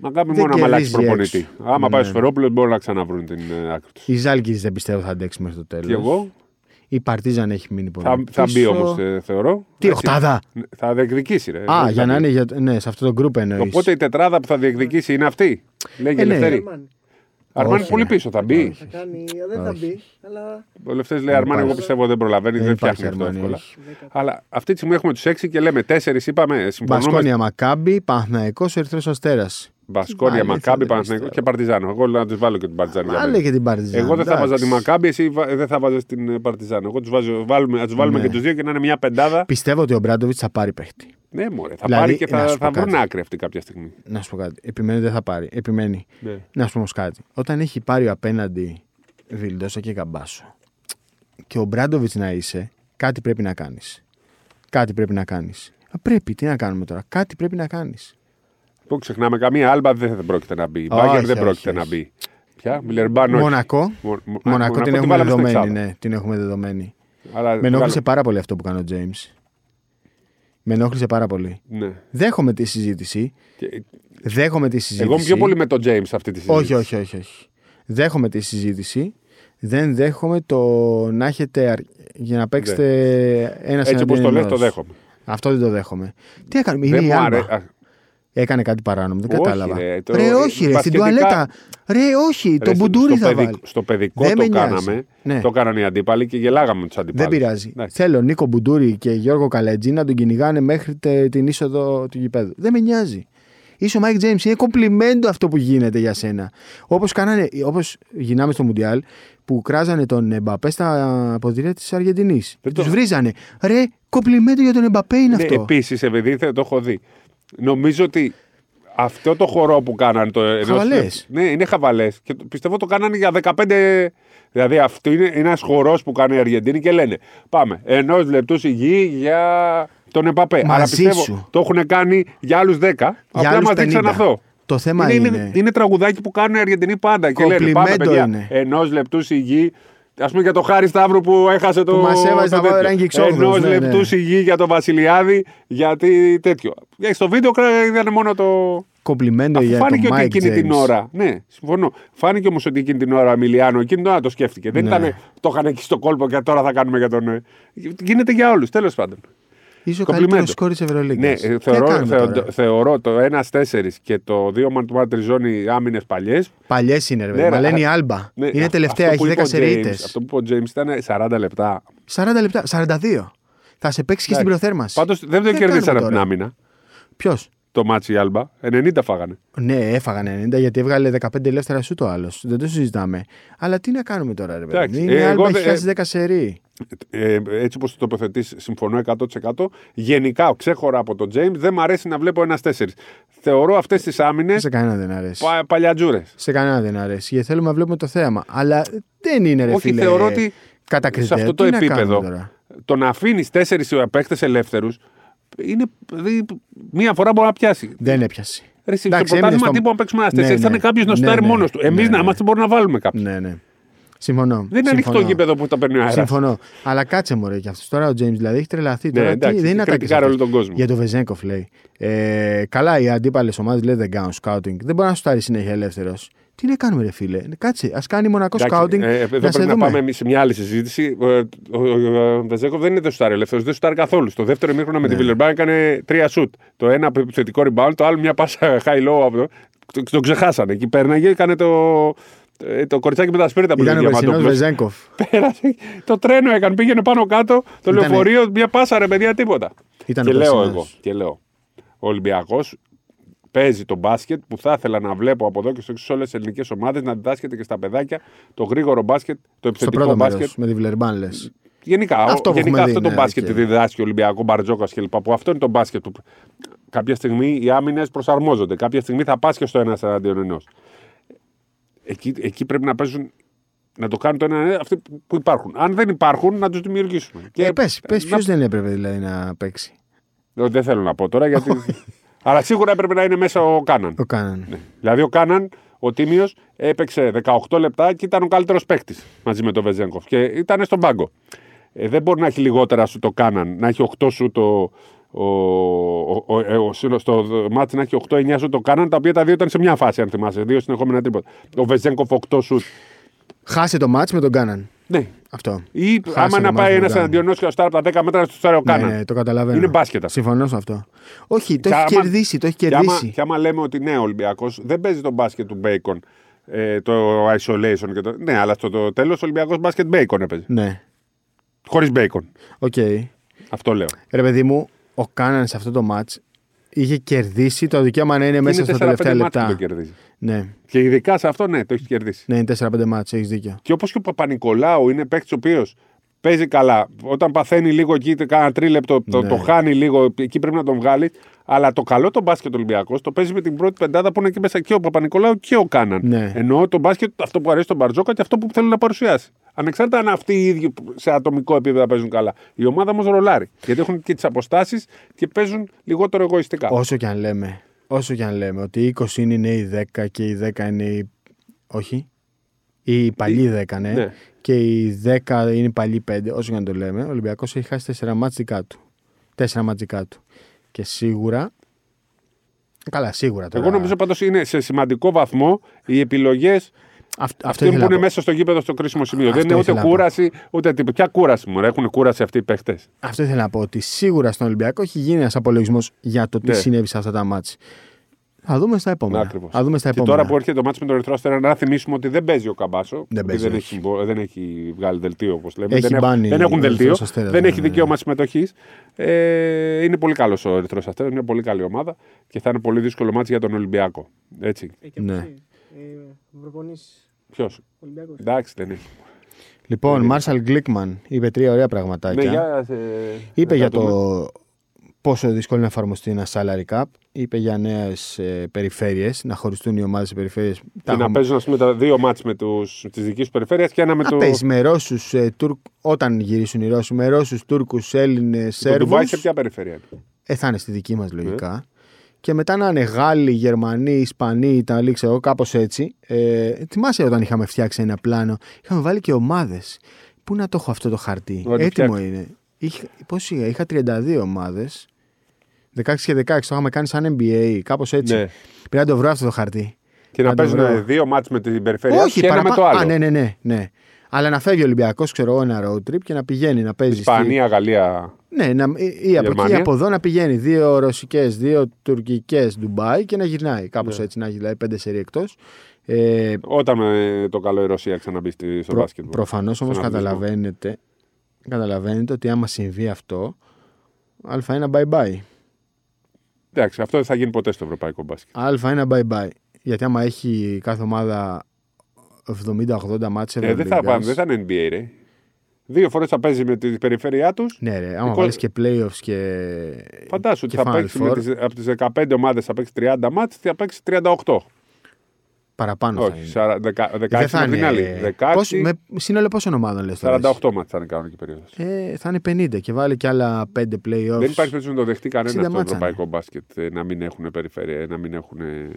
[SPEAKER 2] Να κάνουμε
[SPEAKER 1] Δεν
[SPEAKER 2] μόνο να αλλάξει
[SPEAKER 1] κερδίζει
[SPEAKER 2] προπονητή.
[SPEAKER 1] έξω.
[SPEAKER 2] Άμα πάει
[SPEAKER 1] Ναι.
[SPEAKER 2] στο Φερόπουλο, μπορεί να ξαναβρούν την ε, άκρη τους.
[SPEAKER 1] Η Ζάλγκη δεν πιστεύω θα αντέξει μέχρι το τέλος.
[SPEAKER 2] Και εγώ
[SPEAKER 1] Η Παρτίζαν έχει μείνει πολύ.
[SPEAKER 2] Θα, θα μπει
[SPEAKER 1] πίσω.
[SPEAKER 2] όμως, θεωρώ.
[SPEAKER 1] Τι,
[SPEAKER 2] Έτσι.
[SPEAKER 1] οχτάδα.
[SPEAKER 2] Ναι, Θα διεκδικήσει, ρε.
[SPEAKER 1] Α,
[SPEAKER 2] Δεν
[SPEAKER 1] για
[SPEAKER 2] θα
[SPEAKER 1] να είναι.
[SPEAKER 2] μπει.
[SPEAKER 1] Για... Ναι, σε αυτό το γκρουπ εννοείς.
[SPEAKER 2] Οπότε η τετράδα που θα διεκδικήσει είναι αυτή. Λέγει
[SPEAKER 1] Ε, ναι.
[SPEAKER 2] Ελευθερή.
[SPEAKER 3] Αρμάνι.
[SPEAKER 2] Αρμάνι
[SPEAKER 1] Όχι,
[SPEAKER 2] πολύ
[SPEAKER 1] ρε.
[SPEAKER 2] πίσω θα μπει.
[SPEAKER 3] Θα κάνει, δεν θα μπει, αλλά
[SPEAKER 2] Ο Ελευθερή λέει Αρμάνι, εγώ
[SPEAKER 1] υπάρχει.
[SPEAKER 2] πιστεύω δεν προλαβαίνει,
[SPEAKER 1] Δεν
[SPEAKER 2] δεν
[SPEAKER 1] υπάρχει
[SPEAKER 2] φτιάχνει αυτό
[SPEAKER 1] Αρμάνι,
[SPEAKER 2] εύκολα.
[SPEAKER 1] όχι.
[SPEAKER 2] Αλλά αυτή τη στιγμή έχουμε τους 6 και λέμε 4 είπαμε. Συμφωνούμε.
[SPEAKER 1] Μπασκόνια Μακάμπι, Παναθναϊκό, Ερυθρός Αστέρας.
[SPEAKER 2] Μπασκόνια,
[SPEAKER 1] Αλήθεια,
[SPEAKER 2] Μακάμπι,
[SPEAKER 1] δεν
[SPEAKER 2] Παναθηναϊκό
[SPEAKER 1] πιστεύω.
[SPEAKER 2] και Παρτιζάνο. Εγώ λέω να τους βάλω και την Παρτιζάνο. για μένα.
[SPEAKER 1] Άλλε και την Παρτίζαν.
[SPEAKER 2] Εγώ δεν θα
[SPEAKER 1] εντάξει.
[SPEAKER 2] βάζα τη Μακάμπι, εσύ βα- δεν θα βάζα την ε, Παρτιζάνο. Εγώ τους βάζω, βάλουμε, να τους βάλουμε
[SPEAKER 1] Ναι.
[SPEAKER 2] και τους δύο και να είναι μια πεντάδα.
[SPEAKER 1] Πιστεύω ότι ο Μπράντοβιτ θα πάρει παίχτη.
[SPEAKER 2] Ναι, μωρέ, θα
[SPEAKER 1] Δηλαδή,
[SPEAKER 2] πάρει και θα,
[SPEAKER 1] να σου
[SPEAKER 2] θα
[SPEAKER 1] πω
[SPEAKER 2] βρουν
[SPEAKER 1] κάτι.
[SPEAKER 2] άκρη αυτή κάποια στιγμή.
[SPEAKER 1] Να σου πω κάτι. Επιμένει δεν θα πάρει. Επιμένει.
[SPEAKER 2] Ναι.
[SPEAKER 1] Να σου πω όμως κάτι. Όταν έχει πάρει ο απέναντι Βιλντόσα και Καμπάσο και ο Μπράντοβιτ να είσαι, κάτι πρέπει να κάνεις. Κάτι πρέπει να κάνεις. Πρέπει, τι να κάνουμε τώρα. Κάτι πρέπει να κάνεις.
[SPEAKER 2] Που ξεχνάμε, καμία άλμπα δεν θα πρόκειται να μπει. Η Μπάγκερ
[SPEAKER 1] Όχι,
[SPEAKER 2] δεν
[SPEAKER 1] όχι,
[SPEAKER 2] πρόκειται
[SPEAKER 1] όχι.
[SPEAKER 2] να μπει. Ποια, Μιλερμπάν, όχι.
[SPEAKER 1] Μονακό.
[SPEAKER 2] Μο- μο-
[SPEAKER 1] Μονακό την έχουμε
[SPEAKER 2] βάλαμε στην
[SPEAKER 1] δεδομένη.
[SPEAKER 2] εξάδα. Ε,
[SPEAKER 1] Ναι, την έχουμε δεδομένη.
[SPEAKER 2] Αλλά
[SPEAKER 1] Με
[SPEAKER 2] το
[SPEAKER 1] ενόχλησε πάρα πολύ αυτό που κάνει ο Τζέιμ. Με ενόχλησε πάρα πολύ.
[SPEAKER 2] κάνω- Ναι.
[SPEAKER 1] Δέχομαι τη συζήτηση.
[SPEAKER 2] Και-
[SPEAKER 1] Δέχομαι τη συζήτηση.
[SPEAKER 2] Εγώ είμαι πιο πολύ με τον James αυτή τη στιγμή.
[SPEAKER 1] Όχι, όχι, όχι, όχι. Δέχομαι τη συζήτηση. Δεν δέχομαι το να έχετε. αρ- για να παίξετε ένα
[SPEAKER 2] Ναι. Έτσι όπως το λες, το δέχομαι.
[SPEAKER 1] Αυτό δεν το δέχομαι. Τι έκανε, είναι
[SPEAKER 2] δεν
[SPEAKER 1] η
[SPEAKER 2] μου
[SPEAKER 1] Άλμπα.
[SPEAKER 2] αρέ- α,
[SPEAKER 1] Έκανε κάτι παράνομο, δεν
[SPEAKER 2] Όχι,
[SPEAKER 1] κατάλαβα.
[SPEAKER 2] ρε, το-
[SPEAKER 1] Ρε, όχι, ρε, στην
[SPEAKER 2] μπασκετικά-
[SPEAKER 1] τουαλέτα. Ρε, όχι,
[SPEAKER 2] ρε,
[SPEAKER 1] το μπουντούρι
[SPEAKER 2] στο
[SPEAKER 1] θα
[SPEAKER 2] παιδικό-
[SPEAKER 1] βάλει.
[SPEAKER 2] Στο παιδικό
[SPEAKER 1] Δεν με
[SPEAKER 2] το
[SPEAKER 1] νοιάζει.
[SPEAKER 2] κάναμε.
[SPEAKER 1] Ναι.
[SPEAKER 2] Το κάνανε οι αντίπαλοι και γελάγαμε του αντίπαλου.
[SPEAKER 1] Δεν πειράζει.
[SPEAKER 2] Ναι.
[SPEAKER 1] Θέλω Νίκο Μπουντούρη και Γιώργο Καλέτζη να τον κυνηγάνε μέχρι τε- την είσοδο του γηπέδου. Δεν με νοιάζει. Είσαι ο Μάικ Τζέιμ, είναι κομπλιμέντο αυτό που γίνεται για σένα. Όπως όπως γινάμε στο Μουντιάλ, που κράζανε τον Εμπαπέ στα αποδητήρια της Αργεντινής. Του
[SPEAKER 2] Δεν το- Ναι,
[SPEAKER 1] βρίζανε. Ρε, κομπλιμέντο για τον Εμπαπέ είναι αυτό.
[SPEAKER 2] Επίσης, επειδή θε- το έχω δει, νομίζω ότι αυτό το χορό που κάνανε. Το, ενός-
[SPEAKER 1] Χαβαλές.
[SPEAKER 2] Ναι, είναι χαβαλές. Και το- πιστεύω το κάνανε για 15. Δηλαδή, αυτό είναι, είναι ένας χορός που κάνει η Αργεντίνη και λένε Πάμε. Ενός λεπτού η γη για τον Εμπαπέ. Αλλά
[SPEAKER 1] Μαζί
[SPEAKER 2] πιστεύω
[SPEAKER 1] σου.
[SPEAKER 2] το έχουν κάνει για άλλους 10. Απλά
[SPEAKER 1] άλλους
[SPEAKER 2] μα δείξαν
[SPEAKER 1] 50.
[SPEAKER 2] αυτό.
[SPEAKER 1] Το θέμα
[SPEAKER 2] είναι,
[SPEAKER 1] είναι-
[SPEAKER 2] είναι τραγουδάκι που κάνουν οι Αργεντινοί πάντα. Και λένε Πάμε,
[SPEAKER 1] Κομπλιμέντο
[SPEAKER 2] παιδιά.
[SPEAKER 1] είναι».
[SPEAKER 2] Ενός λεπτού η γη Ας πούμε για το Χάρη Σταύρου που έχασε το.
[SPEAKER 1] Που μας έβαζε
[SPEAKER 2] το
[SPEAKER 1] να βάλω
[SPEAKER 2] τέτοιο.
[SPEAKER 1] έναν κυξόχνο,
[SPEAKER 2] Ενός
[SPEAKER 1] ναι, ναι.
[SPEAKER 2] λεπτού η γη για τον Βασιλιάδη, γιατί τέτοιο. Ε, Στο βίντεο κρα- ήταν μόνο το.
[SPEAKER 1] Κομπλιμέντο
[SPEAKER 2] Αφού
[SPEAKER 1] Ναι, για τον
[SPEAKER 2] φάνηκε ότι
[SPEAKER 1] Mike
[SPEAKER 2] εκείνη την
[SPEAKER 1] James.
[SPEAKER 2] ώρα. Ναι, συμφωνώ. Φάνηκε όμως ότι εκείνη την ώρα ο Μιλιάνο εκείνη την ώρα το σκέφτηκε. Δεν
[SPEAKER 1] Ναι.
[SPEAKER 2] ήταν το είχαν εκεί στο κόλπο και τώρα θα κάνουμε για τον. ε». Γίνεται για όλους, τέλος πάντων.
[SPEAKER 1] Είσαι ο
[SPEAKER 2] Κομπλιμέντο.
[SPEAKER 1] καλύτερος σκόρης
[SPEAKER 2] Ναι,
[SPEAKER 1] Ευρωλίγκας.
[SPEAKER 2] ε,
[SPEAKER 1] Τι κάνουμε
[SPEAKER 2] θεωρώ, θεω-
[SPEAKER 1] τώρα.
[SPEAKER 2] θεωρώ το 1-4 και το 2 Μαντουά Τριζόνι άμυνες παλιές.
[SPEAKER 1] Παλιές είναι, ρε.
[SPEAKER 2] Ναι,
[SPEAKER 1] παιδί. Μα
[SPEAKER 2] ρε,
[SPEAKER 1] λένε η
[SPEAKER 2] α-
[SPEAKER 1] Άλμπα.
[SPEAKER 2] ναι,
[SPEAKER 1] είναι
[SPEAKER 2] α-
[SPEAKER 1] τελευταία,
[SPEAKER 2] αυτό που
[SPEAKER 1] έχει
[SPEAKER 2] είπε
[SPEAKER 1] 10
[SPEAKER 2] ο James-
[SPEAKER 1] σερίτε.
[SPEAKER 2] Αυτό που είπε ο James ήταν 40 λεπτά.
[SPEAKER 1] 40 λεπτά, 42. Θα σε παίξει και στην πυροθέρμανση.
[SPEAKER 2] Πάντως δεν το κερδίσανε από την άμυνα
[SPEAKER 1] Ποιος.
[SPEAKER 2] το μάτσι η Άλμπα. 90 φάγανε.
[SPEAKER 1] Ναι, έφαγαν 90 γιατί έβγαλε 15 ελεύθερα σου το άλλο. Δεν το συζητάμε. Αλλά τι να κάνουμε τώρα, ρε παιδί.
[SPEAKER 2] Εντάξει,
[SPEAKER 1] Είναι
[SPEAKER 2] ε,
[SPEAKER 1] η
[SPEAKER 2] εγώ
[SPEAKER 1] Άλμπα,
[SPEAKER 2] δε-
[SPEAKER 1] έχει χάσει 10 σερί.
[SPEAKER 2] Ε, έτσι όπως το τοποθετείς, συμφωνώ 100%. Γενικά, ξέχωρα από τον James, δεν μ' αρέσει να βλέπω ένας 4. Θεωρώ αυτές τις άμυνες
[SPEAKER 1] Σε κανένα δεν αρέσει.
[SPEAKER 2] πα, παλιατζούρες.
[SPEAKER 1] Σε κανένα δεν αρέσει. Γιατί θέλουμε να βλέπουμε το θέαμα. Αλλά δεν είναι ρε
[SPEAKER 2] Όχι,
[SPEAKER 1] φίλε.
[SPEAKER 2] θεωρώ ότι
[SPEAKER 1] κατακριτέο.
[SPEAKER 2] σε αυτό το
[SPEAKER 1] Τι να
[SPEAKER 2] επίπεδο,
[SPEAKER 1] κάνουμε τώρα.
[SPEAKER 2] το να αφήνεις τέσσερις παίκτε ελεύθερους, είναι. δη- μία φορά μπορεί να πιάσει.
[SPEAKER 1] Δεν έπιασε.
[SPEAKER 2] Ρε,
[SPEAKER 1] Εντάξει,
[SPEAKER 2] στο
[SPEAKER 1] έμεινε
[SPEAKER 2] πρωτάθλημα
[SPEAKER 1] στο-
[SPEAKER 2] τύπου να παίξουμε ένα
[SPEAKER 1] Ναι,
[SPEAKER 2] τέσσερι.
[SPEAKER 1] ναι.
[SPEAKER 2] Ήταν κάποιο να
[SPEAKER 1] Ναι,
[SPEAKER 2] στάρει
[SPEAKER 1] ναι.
[SPEAKER 2] μόνος του. Εμείς
[SPEAKER 1] Ναι,
[SPEAKER 2] να
[SPEAKER 1] ναι.
[SPEAKER 2] είμαστε μπορούμε να βάλουμε κάποιον.
[SPEAKER 1] Ναι, ναι. Συμφωνώ.
[SPEAKER 2] Δεν είναι ανοιχτό
[SPEAKER 1] Συμφωνώ.
[SPEAKER 2] γήπεδο που τα παίρνει ο αέρας.
[SPEAKER 1] Συμφωνώ. Αλλά κάτσε μωρέ και αυτό. Τώρα ο Τζέιμ δηλαδή έχει τρελαθεί. Τώρα, τι-
[SPEAKER 2] Ναι, εντάξει,
[SPEAKER 1] δεν είναι ατάκες
[SPEAKER 2] κριτικάρει
[SPEAKER 1] αυτές.
[SPEAKER 2] όλο τον κόσμο.
[SPEAKER 1] Για τον Βεζέγκοφ λέει. Ε, καλά, οι αντίπαλες ομάδες λέει δεν κάνουν σκάουτινγκ. Δεν μπορεί να σου τάρει συνέχεια ελεύθερος. Τι να κάνουμε, ρε φίλε. Κάτσε, ας κάνει μονακός σκάουτινγκ.
[SPEAKER 2] ε, εδώ
[SPEAKER 1] να
[SPEAKER 2] πρέπει
[SPEAKER 1] σε
[SPEAKER 2] να
[SPEAKER 1] δούμε.
[SPEAKER 2] πάμε εμείς σε μια άλλη συζήτηση. Ε, Ο, ο, ο Βεζέκοφ δεν είναι δεν σουτάρει ελεύθερο, δεν σουτάρει καθόλου. Στο δεύτερο ημίχρονο
[SPEAKER 1] Ναι.
[SPEAKER 2] με τη Βιλερμπάν έκανε τρία σουτ. Το ένα επιθετικό rebound, το άλλο μια πάσα high low. από το- το- Τον ξεχάσανε. Εκεί πέρναγε, έκανε το, ε, το κοριτσάκι με τα σπίρτα που
[SPEAKER 1] Ήταν ο
[SPEAKER 2] λέει ο
[SPEAKER 1] Βεζέγκοφ.
[SPEAKER 2] Διαμαντόπουλος.
[SPEAKER 1] Βεζέγκοφ.
[SPEAKER 2] Πέρασε, το τρένο έκανε, πήγαινε πάνω κάτω, το
[SPEAKER 1] Ήτανε-
[SPEAKER 2] λεωφορείο, μια πάσα ρε παιδιά, τίποτα.
[SPEAKER 1] Ήταν
[SPEAKER 2] και
[SPEAKER 1] ο
[SPEAKER 2] λέω
[SPEAKER 1] περσινός.
[SPEAKER 2] εγώ, και λέω, ο Ολυμπιακός παίζει το μπάσκετ που θα ήθελα να βλέπω από εδώ και στο εξής όλες τις ελληνικές ομάδες να διδάσκεται και στα παιδάκια το γρήγορο μπάσκετ, το
[SPEAKER 1] Στο
[SPEAKER 2] επιθετικό
[SPEAKER 1] πρώτο μέρος
[SPEAKER 2] μπάσκετ.
[SPEAKER 1] με τη Βλερμπάν λες.
[SPEAKER 2] Γενικά,
[SPEAKER 1] Αυτό
[SPEAKER 2] αυτό,
[SPEAKER 1] που
[SPEAKER 2] γενικά
[SPEAKER 1] έχουμε
[SPEAKER 2] αυτό
[SPEAKER 1] δει,
[SPEAKER 2] το
[SPEAKER 1] ναι,
[SPEAKER 2] μπάσκετ
[SPEAKER 1] και-
[SPEAKER 2] διδάσκει ο Ολυμπιακός, Μπαρτζόκας κλπ. Που αυτό είναι το μπάσκετ που κάποια στιγμή οι άμυνες προσαρμόζονται. Κάποια στιγμή θα πας και στο ένα εναντίον ενός. Εκεί, εκεί πρέπει να παίζουν να το κάνουν το ένα ένα, αυτοί που υπάρχουν. Αν δεν υπάρχουν, να τους δημιουργήσουμε.
[SPEAKER 1] Ε, πες, πες
[SPEAKER 2] να-
[SPEAKER 1] ποιος δεν έπρεπε δηλαδή να παίξει.
[SPEAKER 2] Ε, Δεν θέλω να πω τώρα γιατί. Αλλά σίγουρα έπρεπε να είναι μέσα ο Κάναν.
[SPEAKER 1] Το κάνανε.
[SPEAKER 2] Δηλαδή ο Κάναν, ο Τίμιος, έπαιξε 18 λεπτά και ήταν ο καλύτερος παίκτης μαζί με τον Βεζέγκοφ. Και ήταν στον πάγκο. Ε, δεν μπορεί να έχει λιγότερα σου το Κάναν, να έχει 8 σου το. Ο, ο, ο, ε, ο, Σίλος, στο μάτι να έχει 8-9 σου το Κάναν, τα οποία τα δύο ήταν σε μια φάση, αν θυμάσαι. Δύο συνεχόμενα τρίποτα. Ο Βεζέγκοφ 8 σου.
[SPEAKER 1] Χάσε το μάτς με τον Κάναν.
[SPEAKER 2] Ναι.
[SPEAKER 1] Αυτό.
[SPEAKER 2] Ή
[SPEAKER 1] Χάσε
[SPEAKER 2] άμα
[SPEAKER 1] το
[SPEAKER 2] να
[SPEAKER 1] μάτς
[SPEAKER 2] πάει
[SPEAKER 1] με τον
[SPEAKER 2] ένα
[SPEAKER 1] Κάναν.
[SPEAKER 2] εναντιον ενό και ο Στάρ από τα 10 μέτρα να σου στάρει ο Κάναν.
[SPEAKER 1] Ναι, ναι, το καταλαβαίνω.
[SPEAKER 2] Είναι μπάσκετ αυτό.
[SPEAKER 1] Συμφωνώ σε αυτό. Όχι, το
[SPEAKER 2] Και
[SPEAKER 1] έχει
[SPEAKER 2] άμα-
[SPEAKER 1] κερδίσει. Το έχει
[SPEAKER 2] και άμα-
[SPEAKER 1] κερδίσει.
[SPEAKER 2] Και άμα, λέμε ότι ναι, ο Ολυμπιακός δεν παίζει τον μπάσκετ του Bacon, ε, το isolation και το. Ναι, αλλά στο το τέλος ο Ολυμπιακός μπάσκετ Bacon έπαιζε.
[SPEAKER 1] Ναι.
[SPEAKER 2] Χωρίς Bacon.
[SPEAKER 1] Οκ.
[SPEAKER 2] Αυτό λέω.
[SPEAKER 1] Ρε παιδί μου, ο Κάναν σε αυτό το μάτς είχε κερδίσει το δικαίωμα να είναι μέσα
[SPEAKER 2] Είναι
[SPEAKER 1] στα
[SPEAKER 2] 4-5
[SPEAKER 1] τελευταία
[SPEAKER 2] μάτς που
[SPEAKER 1] λεπτά.
[SPEAKER 2] το κερδίζει.
[SPEAKER 1] Ναι.
[SPEAKER 2] Και ειδικά σε αυτό, ναι, το έχεις κερδίσει.
[SPEAKER 1] ναι, είναι 4-5 μάτς, έχεις δίκιο.
[SPEAKER 2] Και όπως και ο Παπα-Νικολάου είναι παίκτης ο οποίος παίζει καλά. Όταν παθαίνει λίγο εκεί, τε- κάνα τρίλεπτο, το,
[SPEAKER 1] Ναι.
[SPEAKER 2] το χάνει λίγο, εκεί πρέπει να τον βγάλει. Αλλά το καλό το μπάσκετ Ολυμπιακός το παίζει με την πρώτη πεντάδα που είναι εκεί μέσα και ο Παπα-Νικολάου και ο Κάναν.
[SPEAKER 1] Ναι.
[SPEAKER 2] Εννοώ το μπάσκετ, αυτό που αρέσει τον Μπαρτζόκα και αυτό που θέλει να παρουσιάσει. Ανεξάρτητα αν αυτοί οι ίδιοι που σε ατομικό επίπεδο παίζουν καλά. Η ομάδα όμως ρολάρει. Γιατί έχουν και τις αποστάσεις και παίζουν λιγότερο εγωιστικά.
[SPEAKER 1] Όσο και αν λέμε, όσο και αν λέμε ότι οι 20 είναι οι νέοι 10 και οι 10 είναι οι... Όχι. Οι παλιοί 10, ναι.
[SPEAKER 2] ναι.
[SPEAKER 1] Και οι 10 είναι οι παλιοί 5, όσο και αν το λέμε. Ο Ολυμπιακός έχει χάσει 4 μάτς δικά του. 4 μάτς δικά του. Και σίγουρα... Καλά, σίγουρα τώρα.
[SPEAKER 2] Εγώ νομίζω πάντως είναι σε σημαντικό βαθμό οι επιλογές
[SPEAKER 1] Αυτ- αυτό
[SPEAKER 2] Αυτοί που
[SPEAKER 1] ήθελα
[SPEAKER 2] είναι
[SPEAKER 1] να πω.
[SPEAKER 2] μέσα στο γήπεδο στο κρίσιμο σημείο.
[SPEAKER 1] Αυτό
[SPEAKER 2] δεν είναι ούτε
[SPEAKER 1] ήθελα να πω.
[SPEAKER 2] κούραση, ούτε τίποτα. Ποια κούραση μου, έχουν κούραση αυτοί οι παίχτες.
[SPEAKER 1] Αυτό ήθελα να πω ότι σίγουρα στον Ολυμπιακό έχει γίνει ένας απολογισμός για το τι
[SPEAKER 2] Ναι.
[SPEAKER 1] συνέβη σε αυτά τα μάτς. Θα δούμε στα επόμενα.
[SPEAKER 2] Ακριβώς.
[SPEAKER 1] Θα Ναι. δούμε στα
[SPEAKER 2] και
[SPEAKER 1] επόμενα.
[SPEAKER 2] τώρα που έρχεται το μάτι με τον Ερυθρό Αστέρα, να θυμίσουμε ότι δεν παίζει ο Καμπάσο. ότι
[SPEAKER 1] παίζει,
[SPEAKER 2] δεν,
[SPEAKER 1] όχι.
[SPEAKER 2] έχει, συμβο- δεν έχει βγάλει δελτίο όπως λέμε.
[SPEAKER 1] Έχει
[SPEAKER 2] δεν, έχουν-
[SPEAKER 1] μπάνει
[SPEAKER 2] δεν
[SPEAKER 1] ο
[SPEAKER 2] έχουν δελτίο.
[SPEAKER 1] Ερυθρός Αστέρας,
[SPEAKER 2] δεν
[SPEAKER 1] ναι,
[SPEAKER 2] έχει
[SPEAKER 1] ναι, ναι.
[SPEAKER 2] δικαίωμα συμμετοχής. Ε, είναι πολύ καλός ο Ερυθρός Αστέρα. Είναι μια πολύ καλή ομάδα και θα είναι πολύ δύσκολο μάτι για τον Ολυμπιακό. Έτσι.
[SPEAKER 1] Ναι.
[SPEAKER 3] Προπονείς
[SPEAKER 2] Ποιος.
[SPEAKER 3] Ολυμπιακός.
[SPEAKER 2] Εντάξει δεν έχει.
[SPEAKER 1] Λοιπόν, Μάρσαλ Γκλίκμαν είπε τρία ωραία πραγματάκια.
[SPEAKER 2] Ναι, για, ε,
[SPEAKER 1] Είπε
[SPEAKER 2] ε,
[SPEAKER 1] για
[SPEAKER 2] θα δούμε.
[SPEAKER 1] το πόσο δύσκολο είναι να εφαρμοστεί ένα salary cap. Είπε για νέες περιφέρειες, να χωριστούν οι ομάδες σε περιφέρειες.
[SPEAKER 2] Και να παίζουν ας πούμε, τα δύο μάτς με τους, της δικής περιφέρειας και ένα με
[SPEAKER 1] να
[SPEAKER 2] το,
[SPEAKER 1] παίζει με Ρώσους, όταν γυρίσουν οι Ρώσοι, με Ρώσους, Τούρκους, Έλληνες,
[SPEAKER 2] το
[SPEAKER 1] Σέρβους.
[SPEAKER 2] Ντουμπάι σε ποια περιφέρεια. είναι. Ναι.
[SPEAKER 1] Ε, θα είναι στη δική μας λογικά. και μετά να είναι Γάλλοι, Γερμανοί, Ισπανοί, Ιταλοί, ξέρω εγώ, κάπως έτσι. Ε, θυμάσαι όταν είχαμε φτιάξει ένα πλάνο, είχαμε βάλει και ομάδες. Πού να το έχω αυτό το χαρτί.
[SPEAKER 2] Να το
[SPEAKER 1] Έτοιμο
[SPEAKER 2] φτιάξεις.
[SPEAKER 1] είναι. Είχα, πώς είχα, είχα 32 ομάδε. 16 και 16, το είχαμε κάνει σαν NBA, κάπως έτσι.
[SPEAKER 2] Ναι.
[SPEAKER 1] Πρέπει να το βρω αυτό το χαρτί.
[SPEAKER 2] Και να
[SPEAKER 1] Αν το βρω.
[SPEAKER 2] παίζουν δύο μάτς με την περιφέρεια
[SPEAKER 1] Όχι,
[SPEAKER 2] και ένα με
[SPEAKER 1] παραπα-
[SPEAKER 2] το άλλο.
[SPEAKER 1] Α, ναι, ναι, ναι, ναι. Αλλά να φεύγει ο Ολυμπιακός, ξέρω εγώ, ένα road trip και να πηγαίνει να παίζει. στη-
[SPEAKER 2] Ισπανία, Γαλλία.
[SPEAKER 1] Ναι, να, ή- ή από εκεί ή
[SPEAKER 2] Γερμανία.
[SPEAKER 1] από εδώ να πηγαίνει δύο ρωσικές, δύο τουρκικές, Ντουμπάι και να
[SPEAKER 2] Ναι.
[SPEAKER 1] γυρνάει. Κάπως έτσι να γυρνάει δηλαδή πέντε σερή εκτός. Ε,
[SPEAKER 2] Όταν ε, το καλό η Ρωσία ξαναμπεί στη- στο
[SPEAKER 1] προ,
[SPEAKER 2] μπάσκετ.
[SPEAKER 1] Προφανώς όμως
[SPEAKER 2] Στον αθλητισμό.
[SPEAKER 1] καταλαβαίνετε, καταλαβαίνετε ότι άμα συμβεί αυτό, Α1 bye bye.
[SPEAKER 2] Εντάξει, αυτό δεν θα γίνει ποτέ στο ευρωπαϊκό μπάσκετ.
[SPEAKER 1] Α1 bye bye. Γιατί άμα έχει κάθε ομάδα 70-80 μάτσε.
[SPEAKER 2] Ε, δεν, θα, πάμε, δεν θα είναι NBA, ρε. Δύο φορές θα παίζει με την περιφέρειά τους.
[SPEAKER 1] Ναι, ρε, άμα
[SPEAKER 2] Νικόλα-
[SPEAKER 1] βάλεις και playoffs και.
[SPEAKER 2] Φαντάσου ότι
[SPEAKER 1] και
[SPEAKER 2] θα
[SPEAKER 1] Final
[SPEAKER 2] παίξει
[SPEAKER 1] Four,
[SPEAKER 2] με τις, από τις 15 ομάδες θα παίξει 30 μάτς, θα παίξει 38.
[SPEAKER 1] Παραπάνω θα
[SPEAKER 2] Όχι,
[SPEAKER 1] είναι.
[SPEAKER 2] 40, δεκα- 16
[SPEAKER 1] Δεν θα
[SPEAKER 2] με την
[SPEAKER 1] είναι-
[SPEAKER 2] άλλη.
[SPEAKER 1] Πώς-
[SPEAKER 2] 16,
[SPEAKER 1] με σύνολο πόσων ομάδων λες τώρα.
[SPEAKER 2] 48 μάτς θα είναι κανονική περίοδος.
[SPEAKER 1] εσύ? Ε, θα είναι 50 και βάλει και άλλα 5 playoffs.
[SPEAKER 2] Δεν υπάρχει περίπτωση να το δεχτεί κανένας
[SPEAKER 1] Εξήντα
[SPEAKER 2] στο
[SPEAKER 1] μάτσα,
[SPEAKER 2] ευρωπαϊκό μπάσκετ ε, να μην έχουν περιφέρεια, ε, να μην έχουν ε,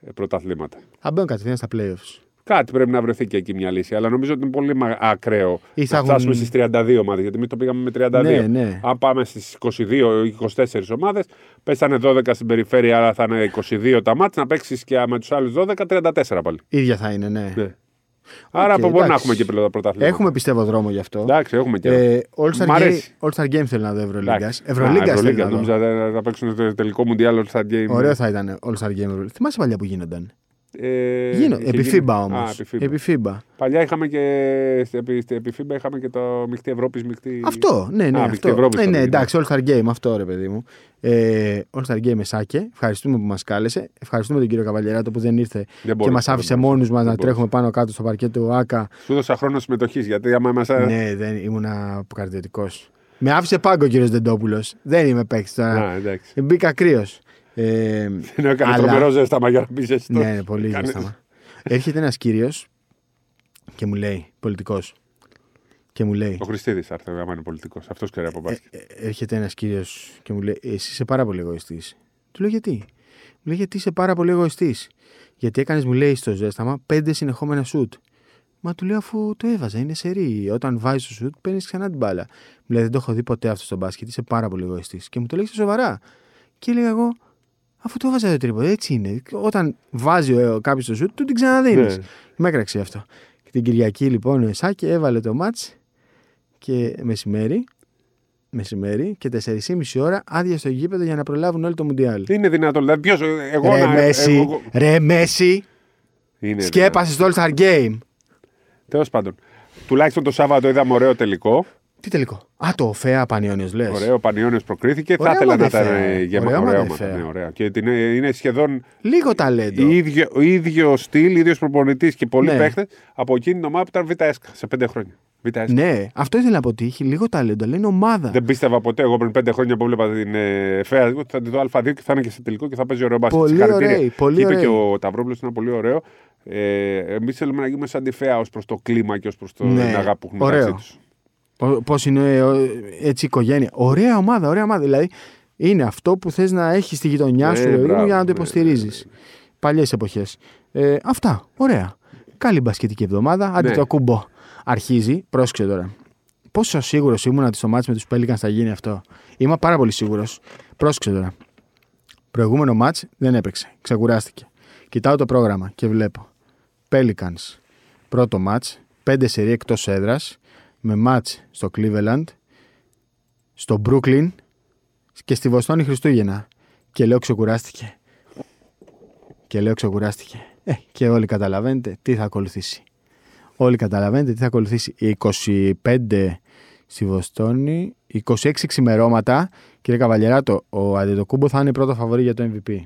[SPEAKER 2] ε, πρωταθλήματα.
[SPEAKER 1] Θα μπαίνουν κατευθείαν στα playoffs.
[SPEAKER 2] Κάτι πρέπει να βρεθεί και εκεί μια λύση. Αλλά νομίζω ότι είναι πολύ μα- ακραίο
[SPEAKER 1] Εισάγουν-
[SPEAKER 2] να φτάσουμε στις 32 ομάδες. Γιατί εμείς το πήγαμε με 32.
[SPEAKER 1] Ναι, ναι.
[SPEAKER 2] Αν πάμε στις 22 ή 24 ομάδες, πέσανε 12 στην περιφέρεια, αλλά θα είναι 22 τα μάτια. Να παίξεις και με τους άλλους 12, 34 πάλι.
[SPEAKER 1] ίδια θα είναι, ναι.
[SPEAKER 2] Ναι. Άρα από μπορεί να
[SPEAKER 1] εντάξει.
[SPEAKER 2] έχουμε και πρωτα- πρωταθλήματα.
[SPEAKER 1] Έχουμε πιστεύω δρόμο γι' αυτό.
[SPEAKER 2] Εντάξει, έχουμε και.
[SPEAKER 1] Ε, All-Star,
[SPEAKER 2] Μ'
[SPEAKER 1] game,
[SPEAKER 2] αρέσει.
[SPEAKER 1] All-Star Game θέλω να δω Ευρωλίγκας.
[SPEAKER 2] Εντάξει. Α,
[SPEAKER 1] Ευρωλίγκα θέλω
[SPEAKER 2] Ευρωλίγκας.
[SPEAKER 1] να δω.
[SPEAKER 2] Νόμιζα να, να παίξουν το τελικό Μουντιάλ All Star Game.
[SPEAKER 1] Ωραίο θα ήταν All-Star Game. Ευρωλίγκα. Θυμάσαι παλιά που γίνονταν.
[SPEAKER 2] Ε,
[SPEAKER 1] Γίνο,
[SPEAKER 2] είχε
[SPEAKER 1] επί
[SPEAKER 2] γίνει-
[SPEAKER 1] FIBA
[SPEAKER 2] Α,
[SPEAKER 1] όμω.
[SPEAKER 2] επί FIBA.
[SPEAKER 1] Επί FIBA.
[SPEAKER 2] Παλιά είχαμε και. Επί, επί FIBA είχαμε και το μεικτή Ευρώπης. Μεικτή...
[SPEAKER 1] Αυτό, ναι, ναι.
[SPEAKER 2] Α,
[SPEAKER 1] αυτό.
[SPEAKER 2] Μεικτή Ευρώπης.
[SPEAKER 1] ναι, ναι, εντάξει, All-Star Game, αυτό ρε παιδί μου. Ε, All-Star Game με Σάκε. Ευχαριστούμε που μας κάλεσε. Ευχαριστούμε τον κύριο Καβαλιεράτο που δεν ήρθε και μα άφησε μόνους μας να τρέχουμε πάνω κάτω στο παρκέτο του ΟΑΚΑ.
[SPEAKER 2] Σου έδωσα χρόνο συμμετοχής γιατί άμα είμαστε.
[SPEAKER 1] Ναι, δεν ήμουνα αποκαρδιωτικός. Με άφησε πάγκο ο κύριος Δεντόπουλος. Δεν είμαι παίκτης τώρα.
[SPEAKER 2] Α, εντάξει.
[SPEAKER 1] Μπήκα κρύος. Ε,
[SPEAKER 2] Ναι. Δεν έκανε
[SPEAKER 1] αλλά-
[SPEAKER 2] τρομερό ζέσταμα για να πει εσύ. Ε,
[SPEAKER 1] Ναι, ναι, πολύ ζέσταμα. Έρχεται ένας κύριος και μου λέει, πολιτικός. Και μου λέει,
[SPEAKER 2] Ο Χριστίδης θα έρθει, άμα είναι πολιτικός. Αυτός ξέρει από μπάσκετ.
[SPEAKER 1] Ε, έρχεται ένας κύριος και μου λέει: Εσύ είσαι πάρα πολύ εγωιστής. Του λέω γιατί. Μου λέει: Γιατί είσαι πάρα πολύ εγωιστής. Γιατί έκανες, μου λέει, στο ζέσταμα πέντε συνεχόμενα σουτ. Μα του λέω αφού το έβαζα, είναι σερή. Όταν βάζεις το σουτ, παίρνεις ξανά την μπάλα. Μου λέει: Δεν το έχω δει ποτέ αυτό στο μπάσκετ, είσαι πάρα πολύ εγωιστής. Και μου το λέει σοβαρά. Και έλεγα εγώ, αφού το έβαζα το τρίποδο, έτσι είναι. Όταν βάζει κάποιος το σουτ, του την ξαναδίνεις.
[SPEAKER 2] Ναι.
[SPEAKER 1] Με έκραξε αυτό. Και την Κυριακή λοιπόν ο Εσάκη έβαλε το μάτς και μεσημέρι, μεσημέρι και 4,5 ώρα άδεια στο γήπεδο για να προλάβουν όλοι το Μουντιάλ.
[SPEAKER 2] Είναι δυνατόν. Δηλαδή, ποιος. Εγώ
[SPEAKER 1] Ρε
[SPEAKER 2] να.
[SPEAKER 1] Ε, Μέση,
[SPEAKER 2] εγώ- Ναι,
[SPEAKER 1] ρε Μέση,
[SPEAKER 2] Είναι
[SPEAKER 1] σκέπασες το All-Star Game.
[SPEAKER 2] Τέλος πάντων. Τουλάχιστον το Σάββατο είδαμε ωραίο τελικό.
[SPEAKER 1] Τι τελικό. Α, το ΦΕΑ Πανιόνιος λες.
[SPEAKER 2] Ωραίο, Πανιόνιος προκρίθηκε.
[SPEAKER 1] Ωραία
[SPEAKER 2] θα ήθελα να
[SPEAKER 1] ομαδεύα.
[SPEAKER 2] ήταν
[SPEAKER 1] Ωραία
[SPEAKER 2] γεμάτο. Ωραίο,
[SPEAKER 1] ομαδεύα.
[SPEAKER 2] ομάδα. Ναι, ωραία. Και την- είναι σχεδόν
[SPEAKER 1] Λίγο ταλέντο.
[SPEAKER 2] ίδιο, ο ίδιο στυλ, ίδιος προπονητής και πολλοί
[SPEAKER 1] Ναι.
[SPEAKER 2] ναι. παίχτες από εκείνη την ομάδα που ήταν Β' ΕΣΚΑ σε πέντε χρόνια. Β' ΕΣΚΑ.
[SPEAKER 1] Ναι, αυτό ήθελα να αποτύχει. Λίγο ταλέντο, αλλά είναι ομάδα.
[SPEAKER 2] Δεν πίστευα ποτέ. Εγώ πριν πέντε χρόνια που βλέπα την ε, ΦΕΑ, ότι θα τη δω Α2 και θα είναι και σε τελικό και θα παίζει ωραίο μπάσκετ.
[SPEAKER 1] Πολύ
[SPEAKER 2] Συγχαρητήρια.
[SPEAKER 1] ωραίοι, πολύ
[SPEAKER 2] Και είπε
[SPEAKER 1] ωραίοι.
[SPEAKER 2] και ο Ταυρόπουλος ένα πολύ ωραίο. Ε, Εμείς θέλουμε να γίνουμε σαν τη ΦΕΑ ως προς το κλίμα και ως προς την
[SPEAKER 1] Ναι.
[SPEAKER 2] αγάπη που έχουν
[SPEAKER 1] Ωραίο.
[SPEAKER 2] μεταξύ τους.
[SPEAKER 1] Ο- Πώς είναι ο- έτσι η οικογένεια. Ωραία ομάδα, ωραία ομάδα. Δηλαδή είναι αυτό που θες να έχεις στη γειτονιά
[SPEAKER 2] Ε,
[SPEAKER 1] σου ρε παιδί μου,
[SPEAKER 2] μπράβο,
[SPEAKER 1] για να το
[SPEAKER 2] ναι,
[SPEAKER 1] υποστηρίζεις. Παλιές εποχές. Ε, αυτά. Ωραία. Καλή μπασκετική εβδομάδα. Άντε
[SPEAKER 2] Ναι.
[SPEAKER 1] το κούμπο. Αρχίζει. Πρόσεξε τώρα. Πόσο σίγουρος ήμουν ότι στο μάτς με τους Pelicans θα γίνει αυτό. Είμαι πάρα πολύ σίγουρος. Πρόσεξε τώρα. Προηγούμενο μάτς δεν έπαιξε. Ξεκουράστηκε. Κοιτάω το πρόγραμμα και βλέπω. Pelicans. Πρώτο μάτς. 5 σερί εκτός έδρας. Με μάτς στο Cleveland. Στο Brooklyn. Και στη Βοστόνη Χριστούγεννα. Και λέω ξεκουράστηκε. Και λέω ξεκουράστηκε. Ε, και όλοι καταλαβαίνετε τι θα ακολουθήσει. Όλοι καταλαβαίνετε τι θα ακολουθήσει. Οι 25 στη Βοστόνη, 26 ξημερώματα. Κύριε Καβαλιεράτο, ο Αντετοκούμπο θα είναι πρώτο φαβορή για το MVP.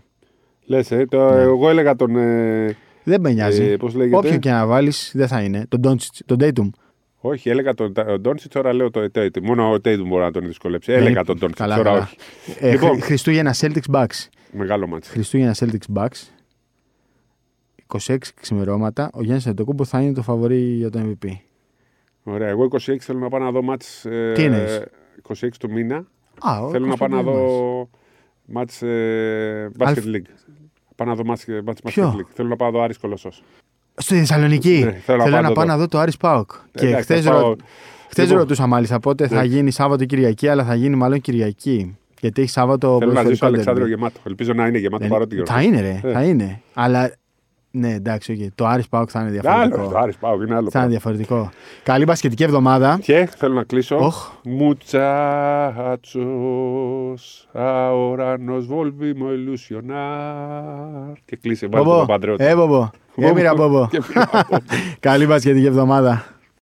[SPEAKER 2] Λες, ε, το,
[SPEAKER 1] Ναι.
[SPEAKER 2] εγώ έλεγα τον. Ε,
[SPEAKER 1] Δεν με νοιάζει.
[SPEAKER 2] Ε, πώς λέγεται?
[SPEAKER 1] Όποιον και να βάλεις, δεν θα είναι. Τον Ντόντσιτ, τον Ντέιτουμ.
[SPEAKER 2] όχι, έλεγα τον Ντόνσιτ, τώρα λέω το Τέιτ. Μόνο ο Τέιτ μπορεί να τον δυσκολέψει. Έλεγα τον Ντόνσιτ,
[SPEAKER 1] Ναι. Δηλαδή, Καλά,
[SPEAKER 2] τώρα
[SPEAKER 1] καλά.
[SPEAKER 2] όχι.
[SPEAKER 1] Ε,
[SPEAKER 2] Λοιπόν.
[SPEAKER 1] Χρι- Χριστούγεννα Celtics Bucks.
[SPEAKER 2] Μεγάλο μάτσο.
[SPEAKER 1] Χριστούγεννα Celtics Bucks. 26 ξημερώματα. Ο Γιάννης Αντετοκούμπο θα είναι το φαβορή για το MVP.
[SPEAKER 2] Ωραία, εγώ 26 θέλω να πάω να δω μάτς... ε,
[SPEAKER 1] Τι εννοείς?
[SPEAKER 2] 26 του μήνα.
[SPEAKER 1] Α, ο-
[SPEAKER 2] θέλω να πάω να
[SPEAKER 1] Κωνσταντίνος.
[SPEAKER 2] δω Μάτς ε, Basket
[SPEAKER 1] Αλφ-
[SPEAKER 2] League. Πάω να δω μάτς, ε, μάτς
[SPEAKER 1] Ποιο?
[SPEAKER 2] Basket League. Θέλω να πάω να δω Άρης Κολοσσός.
[SPEAKER 1] Στη Θεσσαλονίκη.
[SPEAKER 2] Ναι, θέλω
[SPEAKER 1] θέλω
[SPEAKER 2] να
[SPEAKER 1] να
[SPEAKER 2] πάω να
[SPEAKER 1] πάω
[SPEAKER 2] δω.
[SPEAKER 1] να δω το Άρης Πάοκ. Και
[SPEAKER 2] Ε, Εντάξει,
[SPEAKER 1] χθες
[SPEAKER 2] θα πάω- Λοιπόν.
[SPEAKER 1] ρωτούσα μάλιστα πότε θα
[SPEAKER 2] Ναι.
[SPEAKER 1] γίνει Σάββατο ή Κυριακή, αλλά θα γίνει μάλλον Κυριακή. Γιατί έχει Σάββατο
[SPEAKER 2] Θέλω να ζήσω
[SPEAKER 1] ποδοσφαιρικό
[SPEAKER 2] Αλεξάνδριο
[SPEAKER 1] ντέρμπι.
[SPEAKER 2] γεμάτο. Ελπίζω να είναι γεμάτο
[SPEAKER 1] Δεν-
[SPEAKER 2] παρότι γεγονός.
[SPEAKER 1] Ε, Θα είναι, ρε.
[SPEAKER 2] Ε.
[SPEAKER 1] Θα είναι. Αλλά ναι, εντάξει, οκ. το Άρης Πάοκ θα είναι
[SPEAKER 2] Ε, Άλλο, το
[SPEAKER 1] διαφορετικό.
[SPEAKER 2] Άρης πάω, είναι άλλο.
[SPEAKER 1] Θα είναι
[SPEAKER 2] πράγμα.
[SPEAKER 1] διαφορετικό. Καλή μπασκετική εβδομάδα.
[SPEAKER 2] Και θέλω να κλείσω.
[SPEAKER 1] Οχ.
[SPEAKER 2] Μουτσάτσος, αορανός, βόλβιμο, ηλουσιονάρ. Και κλείσε, βάλτε
[SPEAKER 1] Μπομπο.
[SPEAKER 2] τον παντρεώτη.
[SPEAKER 1] Ε, μπομπο. Ε, Έμειρα, μπομπο.
[SPEAKER 2] Και πήρα από-
[SPEAKER 1] Καλή μπασκετική εβδομάδα.